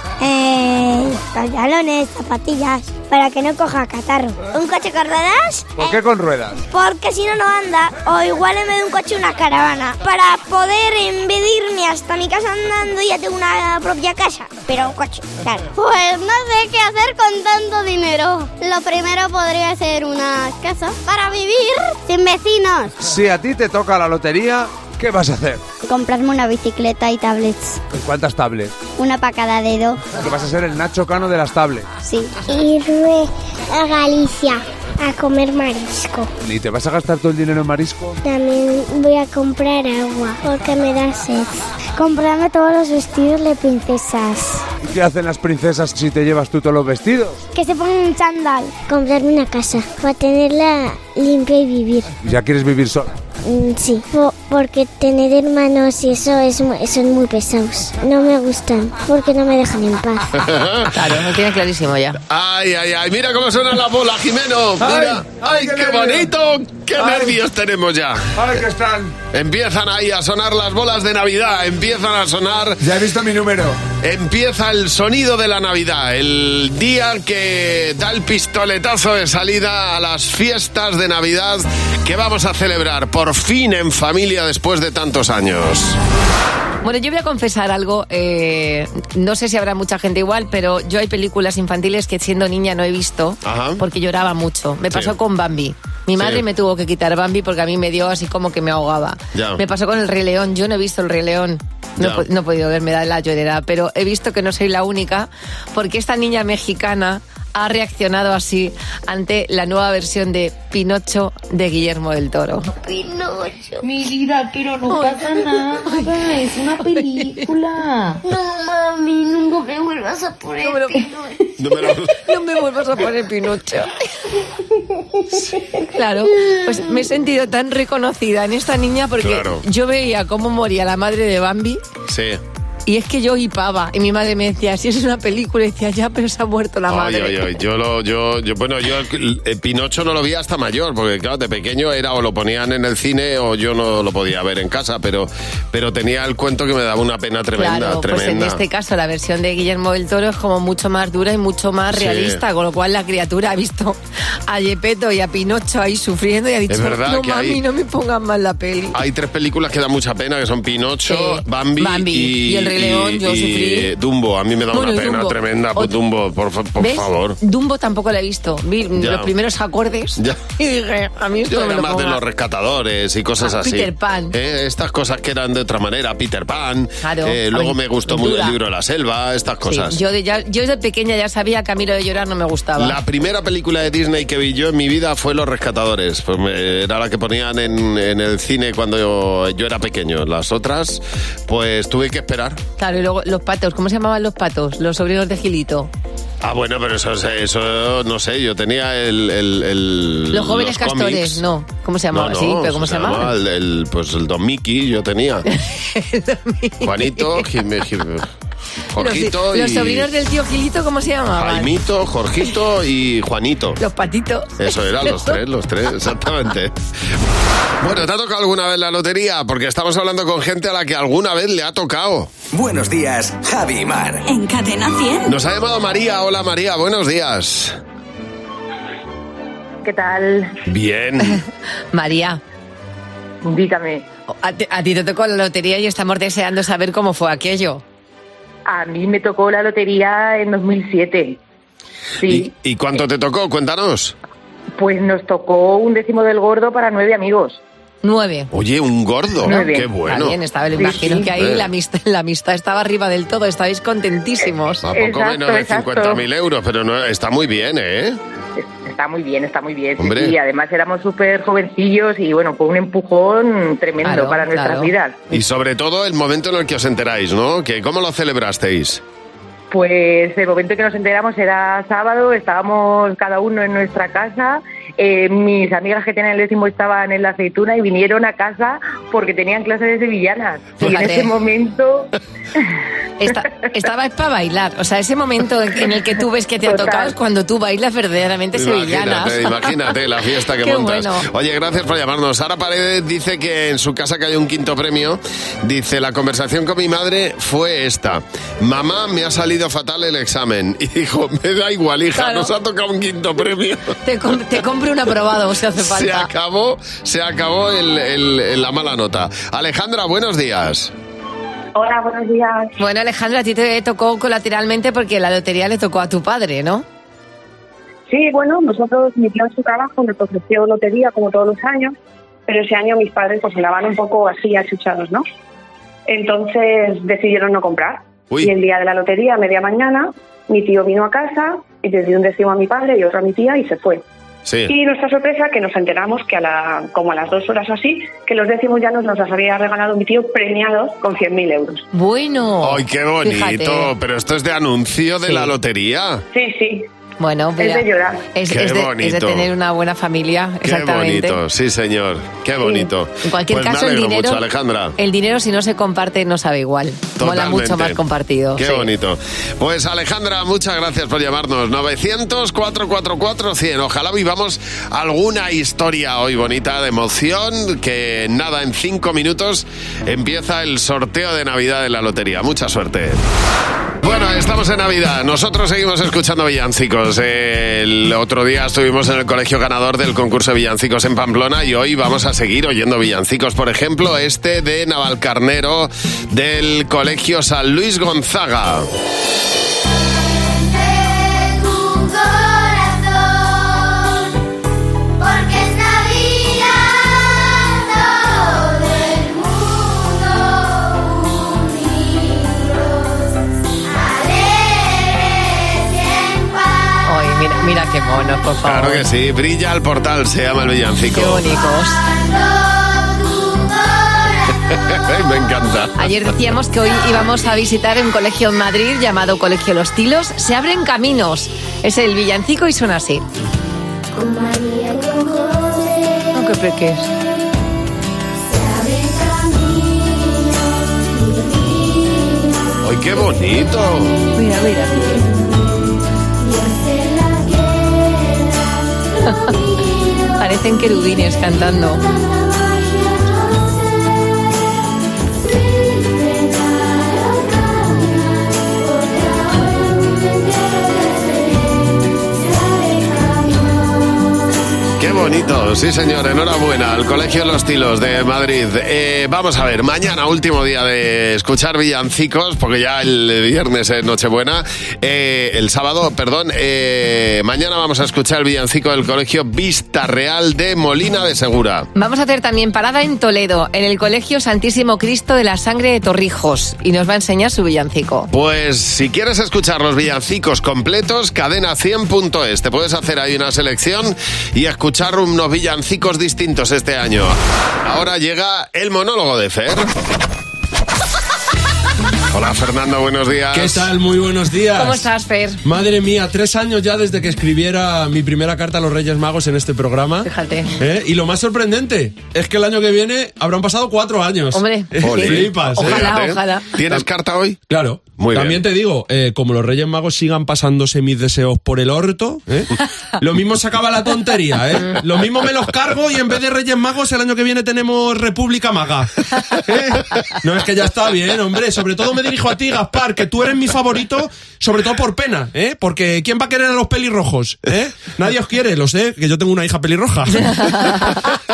K: eh, pantalones, zapatillas, para que no coja catarro. ¿Un coche con ruedas?
G: ¿Por qué con ruedas?
K: Porque si no, no anda. O igual en vez de un coche, una caravana. Para poder en vez de irme hasta mi casa andando, ya tengo una propia casa. Pero un coche, claro.
L: Pues no sé qué hacer con tanto dinero. Lo primero podría ser una casa para vivir sin vecinos.
G: Si a ti te toca la lotería, ¿qué vas a hacer?
L: Comprarme una bicicleta y tablets.
G: ¿Cuántas tablets?
L: Una para cada dedo.
G: Que vas a ser el Nacho Cano de las tablets.
K: Sí. Irme a Galicia a comer marisco.
G: ¿Y te vas a gastar todo el dinero en marisco?
K: También voy a comprar agua porque me da sed. Comprarme todos los vestidos de princesas.
G: ¿Y qué hacen las princesas si te llevas tú todos los vestidos?
K: Que se pongan un chándal. Comprarme una casa para tenerla limpia y vivir.
G: Ya quieres vivir sola.
K: Mm, Sí, po- porque tener hermanos y eso es mu- son muy pesados. No me gustan porque no me dejan en paz.
D: Claro, lo tiene clarísimo ya.
C: Ay, ay, ay, mira cómo suena la bola, Jimeno. Mira,
G: Ay,
C: ay,
G: ay,
C: qué,
G: qué nervio.
C: bonito. Qué
G: Ay.
C: nervios tenemos ya.
G: A ver qué están.
C: Empiezan ahí a sonar las bolas de Navidad, empiezan a sonar.
G: Ya he visto mi número.
C: Empieza el sonido de la Navidad, el día que da el pistoletazo de salida a las fiestas de Navidad que vamos a celebrar por fin en familia después de tantos años.
D: Bueno, yo voy a confesar algo. eh, no sé si habrá mucha gente igual, pero yo hay películas infantiles que siendo niña no he visto porque lloraba mucho. Me
M: Sí.
D: pasó con Bambi. Mi
M: Sí.
D: madre me tuvo que quitar Bambi porque a mí me dio así como que me ahogaba.
M: Ya.
D: Me pasó con el Rey León. Yo no he visto el Rey León. No,
M: Ya.
D: he po- no he podido ver, me da la llorera, pero he visto que no soy la única porque esta niña mexicana ha reaccionado así ante la nueva versión de Pinocho de Guillermo del Toro.
X: Mi vida, pero no pasa nada. Es una película. No, mami, nunca me vuelvas a poner Pinocho.
D: No me vuelvas a poner Pinocho. Claro, pues me he sentido tan reconocida en esta niña porque
C: Claro.
D: yo veía cómo moría la madre de Bambi
C: Sí.
D: y es que yo hipaba y mi madre me decía, si es una película, y decía, ya, pero se ha muerto la
C: Ay,
D: madre.
C: ay, ay. Yo, lo, yo, yo, bueno, yo el- el Pinocho no lo vi hasta mayor, porque claro, de pequeño era o lo ponían en el cine o yo no lo podía ver en casa, pero, pero tenía el cuento que me daba una pena tremenda,
D: claro, pues en
C: tremenda.
D: este caso la versión de Guillermo del Toro es como mucho más dura y mucho más
C: Sí.
D: realista, con lo cual la criatura ha visto a Yepeto y a Pinocho ahí sufriendo y ha dicho,
C: verdad
D: no
C: que
D: mami,
C: ahí-
D: no me pongan mal la peli.
C: Hay tres películas que dan mucha pena, que son Pinocho,
D: Sí.
C: Bambi,
D: Bambi. Y El Rey León, yo sufrí.
C: Dumbo. A mí me da
D: Bueno, y
C: una pena
D: Dumbo.
C: tremenda. Pues,
D: Ot-
C: Dumbo, por, fa- por
D: ¿Ves?
C: favor.
D: Dumbo tampoco la he visto. Vi
C: Ya.
D: los primeros acordes
C: Ya.
D: y dije, a mí esto
C: Yo
D: no me lo
C: era más de
D: pongas.
C: los rescatadores y cosas
D: Ah,
C: así.
D: Peter Pan.
C: Eh, estas cosas que eran de otra manera, Peter Pan.
D: Claro.
C: Eh,
D: Ay,
C: luego me gustó
D: sin
C: mucho
D: duda.
C: el libro de la selva, estas
D: Sí,
C: cosas.
D: yo, de ya- yo desde pequeña ya sabía que a mí lo de llorar no me gustaba.
C: La primera película de Disney que vi yo en mi vida fue Los Rescatadores. Pues me- era la que ponían en, en el cine cuando yo, yo era pequeño. Las otras, pues tuve que esperar.
D: Claro, y luego los patos, ¿cómo se llamaban los patos? Los sobrinos de Gilito.
C: Ah, bueno, pero eso, es- eso no sé, yo tenía el... el- el-
D: Los jóvenes
C: los cómics.
D: castores, no. ¿Cómo se llamaba?
C: No, no,
D: sí, pero ¿cómo se,
C: llamaba?
D: llamaban?
C: El,
D: [LAUGHS]
C: el- pues el Don Mickey yo tenía. Juanito Jiménez. Jorgito
D: los,
C: y...
D: los sobrinos del tío Gilito, ¿cómo se llamaban?
C: Jaimito, Jorgito y Juanito.
D: Los patitos.
C: Eso
D: [LAUGHS]
C: era, los tres, los tres, exactamente. Bueno, ¿te ha tocado alguna vez la lotería? Porque estamos hablando con gente a la que alguna vez le ha tocado.
Y: Buenos días, Javi y Mar.
A: En Cadena 100.
C: Nos ha llamado María. Hola María, buenos días.
T: ¿Qué tal?
D: [LAUGHS]
C: Bien.
D: María,
T: Dígame,
D: a, ti- a ti te tocó la lotería y estamos deseando saber cómo fue aquello.
T: a mí me tocó la lotería en 2007. Sí,
C: ¿Y cuánto te tocó? Cuéntanos.
T: pues nos tocó un décimo del gordo para nueve amigos.
D: Nueve.
C: Oye, un gordo.
T: Muy bien.
C: Qué bueno.
D: También estaba, lo imagino que ahí
C: Eh,
D: la amistad, la amistad estaba arriba del todo, estabais contentísimos.
C: A poco menos de 50.000 euros, pero no, está muy bien, ¿eh?
T: Está muy bien, está muy bien.
C: Hombre.
T: Y además éramos súper jovencillos y bueno, fue un empujón tremendo
C: Claro,
T: para nuestras
C: claro.
T: vidas.
C: Y sobre todo el momento en el que os enteráis, ¿no? Que ¿Cómo lo celebrasteis?
T: Pues el momento que nos enteramos era sábado, estábamos cada uno en nuestra casa. eh, mis amigas que tenían el décimo estaban en la aceituna y vinieron a casa porque tenían clases de sevillanas. Y en
D: Fíjate.
T: ese momento
D: Esta- estabais para bailar. O sea, ese momento en en el que tú ves que te ha tocado es cuando tú bailas verdaderamente sevillanas.
C: Imagínate, imagínate la fiesta que
D: Qué
C: montas.
D: bueno.
C: Oye, gracias por llamarnos. Sara Paredes dice que en su casa cayó un quinto premio. Dice, la conversación con mi madre fue esta. Mamá, me ha salido fatal el examen. [LAUGHS] Y dijo, me da igual, hija,
D: Claro.
C: nos ha tocado un quinto premio.
D: [LAUGHS] Te, com- [LAUGHS] te compro un aprobado si hace
C: Se
D: falta.
C: acabó, se acabó el- el- el- la mala nota. Alejandra, buenos días.
T: Hola, buenos días.
D: Bueno, Alejandra, a ti te tocó colateralmente porque la lotería le tocó a tu padre, ¿no?
T: Sí,
O: bueno, nosotros, mi tío en su trabajo nos ofreció lotería como todos los años, pero ese año mis padres pues andaban un poco así achuchados, ¿no? Entonces decidieron no comprar.
C: Uy.
O: Y el día de la lotería, a media mañana, mi tío vino a casa y les dio un décimo a mi padre y otro a mi tía y se fue.
C: Sí.
O: Y nuestra sorpresa que nos enteramos que a la, como a las dos horas o así, que los décimos ya nos los había regalado mi tío premiados con 100.000 euros.
D: Bueno.
C: Ay, qué bonito.
D: Fíjate.
C: Pero esto es de anuncio de la lotería.
O: Sí, sí.
D: Bueno, mira,
O: de llorar.
D: Es,
C: Qué
D: es de,
C: bonito.
D: es de tener una buena familia,
C: Qué
D: exactamente.
C: bonito, sí señor, qué bonito.
D: En cualquier
C: Pues
D: caso,
C: me
D: el
C: alegro
D: dinero,
C: mucho, Alejandra.
D: el dinero si no se comparte no sabe igual. Mola
C: Totalmente.
D: mucho más compartido.
C: Qué
D: sí.
C: bonito. Pues Alejandra, muchas gracias por llamarnos. 900-444-100. Ojalá vivamos alguna historia hoy bonita de emoción. Que nada, en cinco minutos empieza el sorteo de Navidad de la lotería. Mucha suerte. Bueno, estamos en Navidad. Nosotros seguimos escuchando villancicos. El otro día estuvimos en el colegio ganador del concurso de villancicos en Pamplona y hoy vamos a seguir oyendo villancicos. Por ejemplo, este de Navalcarnero del colegio San Luis Gonzaga.
X: Tu corazón, porque es Navidad, todo el mundo unidos, alegres y en paz.
D: Ay, mira, mira qué monos, por favor.
C: Claro que sí, brilla el portal, se llama el villancico.
D: Qué
C: [LAUGHS]
D: bonitos.
C: Me encanta.
D: Ayer decíamos que hoy íbamos a visitar un colegio en Madrid llamado Colegio Los Tilos. Se abren caminos. Es el villancico y suena así.
X: Con María y con José,
D: No, Oh, qué peques.
X: abren caminos divinos,
C: ¡Ay, qué bonito!
D: Mira, mira.
X: y hacer la guerra, unidos.
D: Parecen querubines cantando.
C: Qué bonito, sí señor, enhorabuena al Colegio Los Tilos de Madrid. Eh, vamos a ver, mañana último día de escuchar villancicos, porque ya el viernes es Nochebuena, Eh, el sábado, perdón, eh, mañana vamos a escuchar el villancico del Colegio Vista Real de Molina de Segura.
D: Vamos a hacer también parada en Toledo, en el Colegio Santísimo Cristo de la Sangre de Torrijos. Y nos va a enseñar su villancico.
C: Pues si quieres escuchar los villancicos completos, cadena100.es. Te puedes hacer ahí una selección y escuchar unos villancicos distintos este año. Ahora llega el monólogo de
J: [LAUGHS]
C: Fer. Hola Fernando, buenos días.
J: ¿Qué tal? Muy buenos días.
D: ¿Cómo estás, Fer?
J: Madre mía, tres años ya desde que escribiera mi primera carta a los Reyes Magos en este programa.
D: Fíjate.
J: ¿Eh? Y lo más sorprendente es que el año que viene habrán pasado cuatro años.
D: Hombre.
J: Eh,
D: Ole.
J: flipas, ¿eh?
D: Ojalá, ojalá.
C: ¿Tienes carta hoy?
J: Claro.
C: Muy
J: También te digo, eh, como los Reyes Magos sigan pasándose mis deseos por el orto, ¿eh? lo mismo se acaba la tontería, ¿eh? Lo mismo me los cargo y en vez de Reyes Magos el año que viene tenemos República Maga. ¿Eh? No es que ya está bien, hombre. Sobre todo me dirijo a ti, Gaspar, que tú eres mi favorito, sobre todo por pena, ¿eh? Porque ¿quién va a querer a los pelirrojos? ¿Eh? Nadie os quiere, lo sé, que yo tengo una hija pelirroja. [LAUGHS]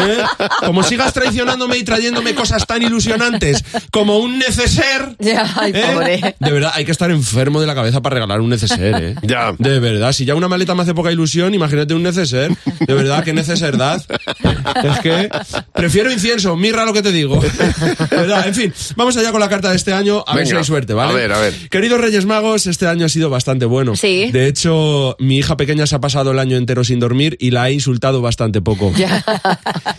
J: ¿Eh? Como sigas traicionándome y trayéndome cosas tan ilusionantes como un neceser.
D: [LAUGHS] Ya, ay,
J: ¿eh?
D: pobre.
J: De verdad, hay que estar enfermo de la cabeza para regalar un neceser, ¿eh?
C: [LAUGHS] Ya.
J: De verdad, si ya una maleta me hace poca ilusión, imagínate un neceser. De verdad, qué neceserdad. Es que prefiero incienso, mirra lo que te digo. De verdad, en fin, vamos allá con la carta de este año, a ver si
C: Venga.
J: hay suerte, ¿vale?
C: A ver, a ver.
J: Queridos Reyes Magos, este año ha sido bastante bueno.
D: Sí.
J: De hecho, mi hija pequeña se ha pasado el año entero sin dormir y la he insultado bastante poco.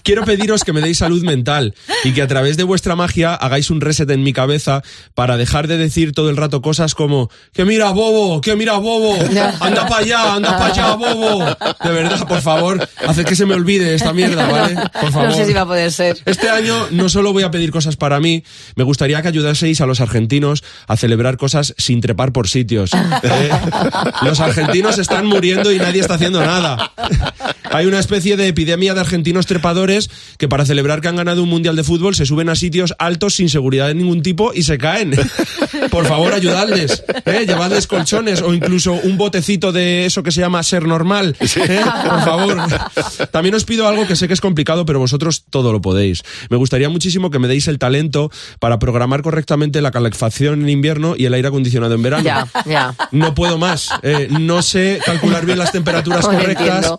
J: Quiero pediros que me deis salud mental y que a través de vuestra magia hagáis un reset en mi cabeza para dejar de decir todo el rato cosas como que mira bobo, que mira
D: [LAUGHS]
J: bobo, anda para allá, anda para allá bobo. De verdad, por favor, haced que se me olvide esta
D: [LAUGHS]
J: mierda, ¿vale? Por favor.
D: No sé si va a poder ser.
J: Este año no solo voy a pedir cosas para mí, me gustaría que ayudaseis a los argentinos a celebrar cosas sin trepar por sitios.
D: Ah.
J: ¿eh? Los argentinos están muriendo y nadie está haciendo nada. Hay una especie de epidemia de argentinos trepadores que para celebrar que han ganado un mundial de fútbol se suben a sitios altos sin seguridad de ningún tipo y se caen. Por favor, ayudadles. ¿eh? Llevadles colchones o incluso un botecito de eso que se llama ser normal. ¿eh? Por favor. También os pido algo que sé que es complicado, pero vosotros todo lo podéis. Me gustaría muchísimo que me deis el talento para programar correctamente la calefacción en invierno y el aire acondicionado en verano.
D: Ya,
J: [LAUGHS]
D: ya.
J: No puedo más. Eh, no sé calcular bien las temperaturas
D: No lo
J: correctas
D: entiendo.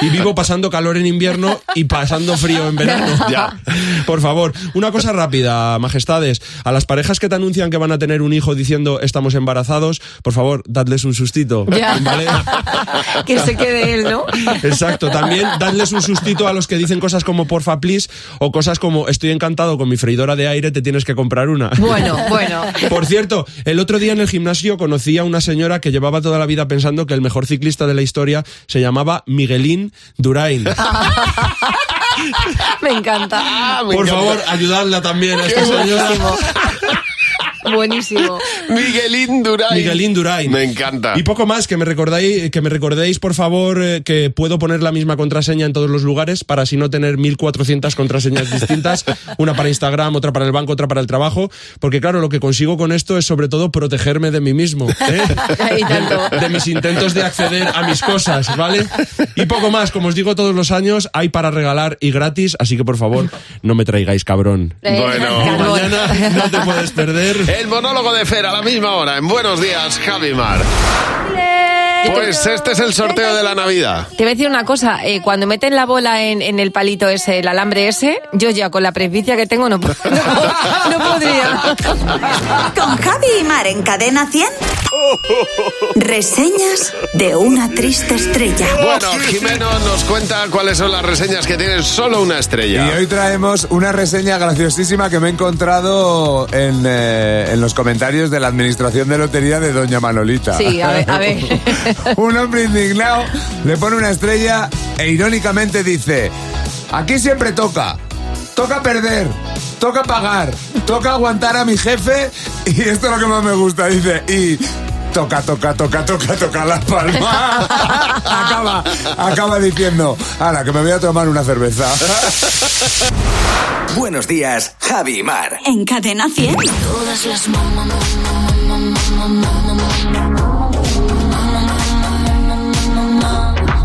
J: y vivo pasando calor en invierno y pasando frío en verano.
C: Ya.
J: Por favor, una cosa rápida, majestades. A las parejas que te anuncian que van a tener un hijo diciendo estamos embarazados, por favor, dadles un sustito.
D: Ya.
J: ¿Vale?
D: Que se quede él, ¿no?
J: [LAUGHS] Exacto, también dadles un sustito a los que dicen cosas como porfa please o cosas como estoy encantado con mi freidora de aire, te tienes que comprar una.
D: Bueno, bueno.
J: Por cierto, el otro día en el gimnasio conocí a una señora que llevaba toda la vida pensando que el mejor ciclista de la historia se llamaba Miguelín Durain.
D: [LAUGHS] Me encanta.
J: Por favor, ayudadla también a esta
D: Es
J: señora.
D: buenísimo. Buenísimo.
C: Miguelín Durain.
J: Miguelín Durain.
C: Me encanta.
J: Y poco más, que me recordáis, que me recordéis, por favor, eh, que puedo poner la misma contraseña en todos los lugares para así no tener 1400 contraseñas distintas, una para Instagram, otra para el banco, otra para el trabajo, porque claro, lo que consigo con esto es sobre todo protegerme de mí mismo, ¿eh?
D: Y tanto.
J: [LAUGHS] de, de mis intentos de acceder a mis cosas, ¿vale? Y poco más, como os digo todos los años, hay para regalar y gratis, así que por favor, no me traigáis cabrón.
C: Eh, [LAUGHS] Bueno.
J: Mañana no te puedes perder.
C: [LAUGHS] El monólogo de Fer a la misma hora, en Buenos Días, Javi Mar. Pues este es el sorteo de la Navidad.
D: Te voy a decir una cosa, eh, cuando meten la bola en, en el palito ese, el alambre ese, yo ya con la presbicia que tengo no,
J: [LAUGHS]
D: po- no, no podría.
A: Con Javi y Mar en Cadena 100. Reseñas de una triste estrella.
C: Bueno, Jimeno nos cuenta cuáles son las reseñas que tienen solo una estrella.
G: Y hoy traemos una reseña graciosísima que me he encontrado en, eh, en los comentarios de la administración de lotería de Doña Manolita.
D: Sí, a ver, a ver.
G: [LAUGHS] Un hombre indignado le pone una estrella e irónicamente dice, aquí siempre toca, toca perder, toca pagar, toca aguantar a mi jefe y esto es lo que más me gusta, dice, y toca, toca, toca, toca, toca las palmas. [LAUGHS] acaba, acaba diciendo, ala, que me voy a tomar una cerveza.
B: Buenos días, Javi y Mar.
A: En Cadena 100.
O: Todas las mamá,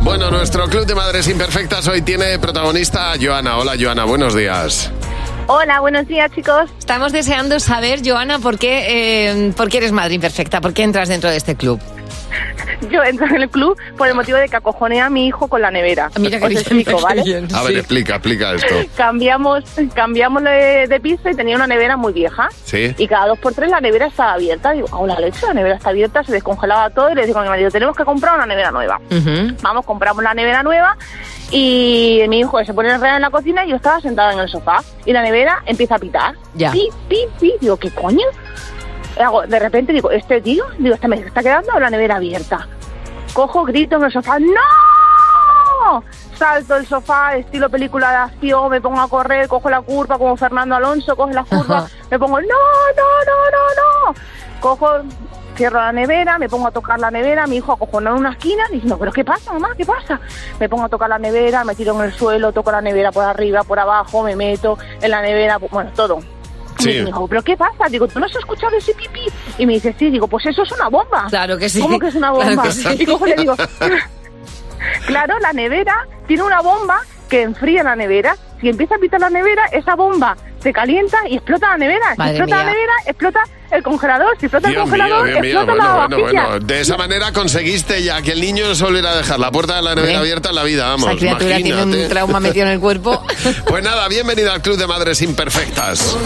C: Bueno, nuestro club de madres imperfectas hoy tiene protagonista a Joana. Hola, Joana, buenos días.
D: Hola, buenos días chicos. Estamos deseando saber, Joana, por qué, eh, por qué eres madre imperfecta, por qué entras dentro de este club.
H: Yo entro en el club por el motivo de que acojonea a mi hijo con la nevera.
D: Ah, Mira qué
H: Os
D: bien,
H: explico,
D: mira qué
H: ¿vale?
D: bien.
C: A ver, explica, explica esto.
H: Cambiamos, cambiamos de, de piso y tenía una nevera muy vieja.
C: Sí.
H: Y cada dos por tres la nevera estaba abierta. Digo, hola, la leche, la nevera está abierta, se descongelaba todo. Y le digo a mi marido, tenemos que comprar una nevera nueva. Vamos, compramos la nevera nueva y mi hijo se pone enredado en la cocina y yo estaba sentada en el sofá. Y la nevera empieza a pitar.
D: Ya.
H: Pi, pi, pi. Digo, ¿qué coño?
T: Eh,
H: Hago- de repente digo, este tío, digo, este me está quedando la nevera abierta. Cojo, grito en el sofá, ¡no! Salto del sofá, estilo película de acción, me pongo a correr, cojo la curva como Fernando Alonso, coge la curva, me pongo, ¡no, no, no, no, no!
T: Cojo, cierro la nevera, me pongo a tocar la nevera, mi hijo acojonado en una esquina, diciendo, pero ¿qué pasa, mamá? ¿Qué pasa? Me pongo a tocar la nevera, me tiro en el suelo, toco la nevera por arriba, por abajo, me meto en la nevera, bueno, todo.
C: Sí.
T: Y me dijo, ¿pero qué pasa? Digo, ¿tú no has escuchado ese pipí? Y me dice, sí, digo, pues eso es una bomba. Claro
D: que sí.
T: ¿Cómo que es una bomba?
D: [LAUGHS] Claro que sí.
T: Y cojo y le
D: [LAUGHS]
T: digo, Claro, la nevera tiene una bomba que enfría la nevera. Si empieza a pitar la nevera, esa bomba se calienta y explota la nevera. Si
C: Madre
T: explota la
C: mía.
T: nevera, explota el congelador. Si explota el
C: Dios mío,
T: congelador,
C: Dios mío,
T: explota
C: bueno,
T: la
C: bueno,
T: vajilla.
C: bueno. De esa manera conseguiste ya que el niño solviera a dejar la puerta de la nevera
D: Hombre.
C: abierta en la vida, vamos.
D: Esa criatura tiene
C: imagínate.
D: un trauma metido en el cuerpo.
J: [LAUGHS]
C: Pues nada, bienvenida al Club de Madres Imperfectas.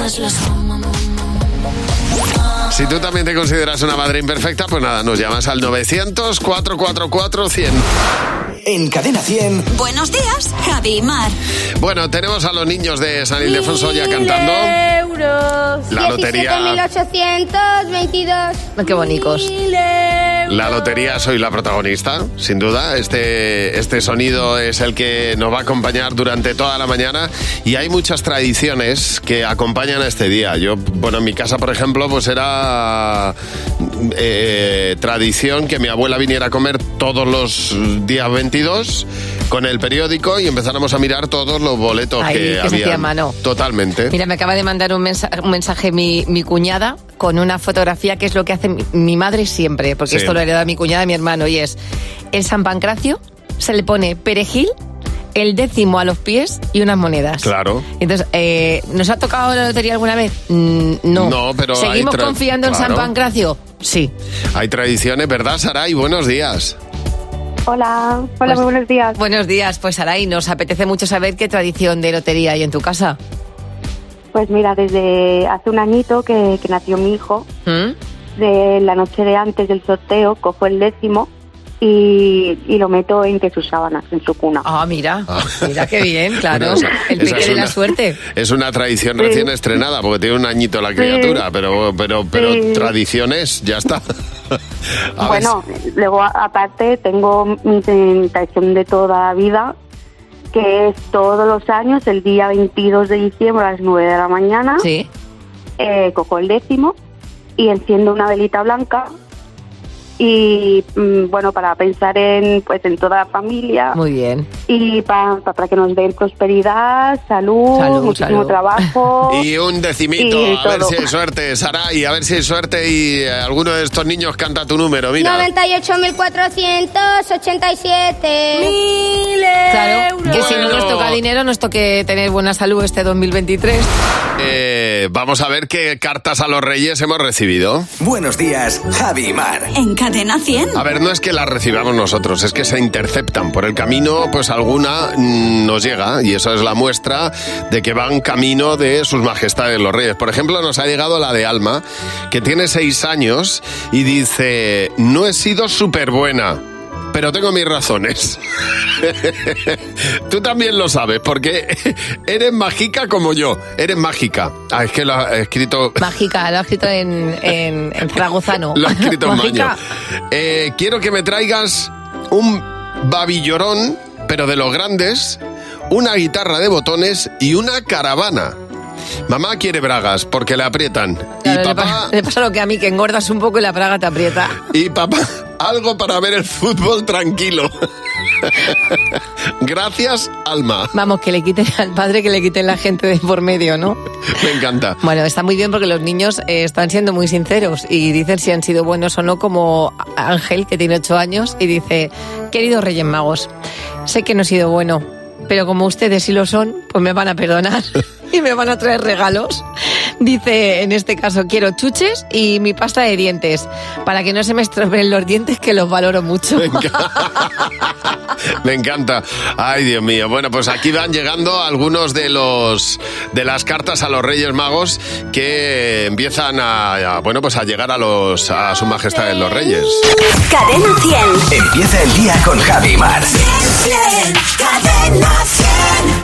C: Si tú también te consideras una madre imperfecta, pues nada, nos llamas al 900-444-100.
B: En Cadena 100.
I: Buenos días, Javi y Mar.
C: Bueno, tenemos a los niños de San Ildefonso ya cantando.
K: euros.
C: La lotería.
K: 17.822.
D: Qué bonitos.
C: La lotería soy la protagonista, sin duda. Este, este sonido es el que nos va a acompañar durante toda la mañana y hay muchas tradiciones que acompañan a este día. Yo, bueno, en mi casa, por ejemplo, pues era eh, tradición que mi abuela viniera a comer todos los días 22 con el periódico y empezáramos a mirar todos los boletos
D: Ahí, que
C: que,
D: se
C: había.
D: hacía a mano.
C: Totalmente.
D: Mira, me acaba de mandar un mensaje, un mensaje mi, mi cuñada con una fotografía que es lo que hace mi, mi madre siempre, porque
C: Sí.
D: esto lo hereda mi cuñada y mi hermano, y es el San Pancracio, se le pone perejil, el décimo a los pies y unas monedas.
C: Claro.
D: Entonces, eh, ¿nos ha tocado la lotería alguna vez? Mm, no.
C: No, pero hay
D: ¿Seguimos
C: tra-
D: confiando en San
C: claro.
D: Pancracio? Sí.
C: Hay tradiciones, ¿verdad, Saray? Buenos días.
D: Hola, hola, buenos días. Pues, Buenos días, pues Saray, nos apetece mucho saber qué tradición de lotería hay en tu casa.
P: Pues mira, desde hace un añito que, que nació mi hijo,
D: ¿Mm?
P: de la noche de antes del sorteo, cojo el décimo y, y lo meto entre sus sábanas, en su cuna.
D: Ah, mira, mira qué bien, claro.
C: [LAUGHS] Bueno, esa-
D: el
C: esa
D: pique
C: es
D: de la
C: una-
D: suerte.
C: [LAUGHS] Es una tradición
D: Sí.
C: recién estrenada, porque tiene un añito la
P: Sí.
C: criatura, pero, pero, pero
P: Sí.
C: tradiciones, ya está. [LAUGHS] A ver
P: bueno, luego a- aparte tengo mi tentación de toda la vida, que es todos los años, el día 22 de diciembre a las 9 de la mañana, eh, cojo el décimo y enciendo una velita blanca y mm, bueno, para pensar en, pues, en toda la familia.
D: Muy bien.
P: Y pa- pa- para que nos den prosperidad, salud,
C: Salud,
P: muchísimo
C: salud.
P: trabajo.
C: si- [LAUGHS] Y un decimito,
P: Y
C: a ver
P: todo.
C: si hay suerte, Saray, a ver si hay suerte y eh, alguno de estos niños canta tu número, mira.
K: 98.487. Mil
D: Claro, que si no
C: Bueno.
D: nos toca dinero, nos toque tener buena salud este 2023.
C: Eh, vamos a ver qué cartas a los reyes hemos recibido.
B: Buenos días, Javi y Mar.
I: En Cadena 100.
C: A ver, no es que las recibamos nosotros, es que se interceptan por el camino, pues alguna mm, nos llega y eso es la muestra de que van camino de sus majestades los reyes. Por ejemplo, nos ha llegado la de Alma, que tiene seis años y dice, no he sido súper buena. Pero tengo mis razones. [LAUGHS] Tú también lo sabes, porque [LAUGHS] eres mágica como yo. Eres mágica. Ah, es que lo ha escrito
D: Mágica, lo ha escrito en, en, en zaragozano.
C: lo ha
D: [LAUGHS]
C: escrito
D: Mágica.
C: Maño. Eh, quiero que me traigas un babillorón, pero de los grandes, una guitarra de botones y una caravana. Mamá quiere bragas porque le aprietan.
D: Claro, le, pasa, le pasa lo que a mí, que engordas un poco y la praga te aprieta.
C: Y papá, [LAUGHS] algo para ver el fútbol tranquilo. [LAUGHS] Gracias, Alma.
D: Vamos, que le quiten al padre, que le quiten la gente de por medio, ¿no?
C: Me encanta.
D: Bueno, está muy bien porque los niños eh, están siendo muy sinceros y dicen si han sido buenos o no, como Ángel, que tiene ocho años, y dice, queridos Reyes Magos, sé que no he sido bueno, pero como ustedes sí lo son, pues me van a perdonar [LAUGHS] y me van a traer regalos. Dice, en este caso, quiero chuches y mi pasta de dientes, para que no se me estropeen los dientes, que los valoro mucho. [LAUGHS]
C: [LAUGHS] Me encanta. Ay, Dios mío. Bueno, pues aquí van llegando algunos de los de las cartas a los Reyes Magos que empiezan a, a, bueno, pues a llegar a los a su majestad de los Reyes.
I: Cadena 100.
B: Empieza el día con Javi y Mar.
I: Cadena 100.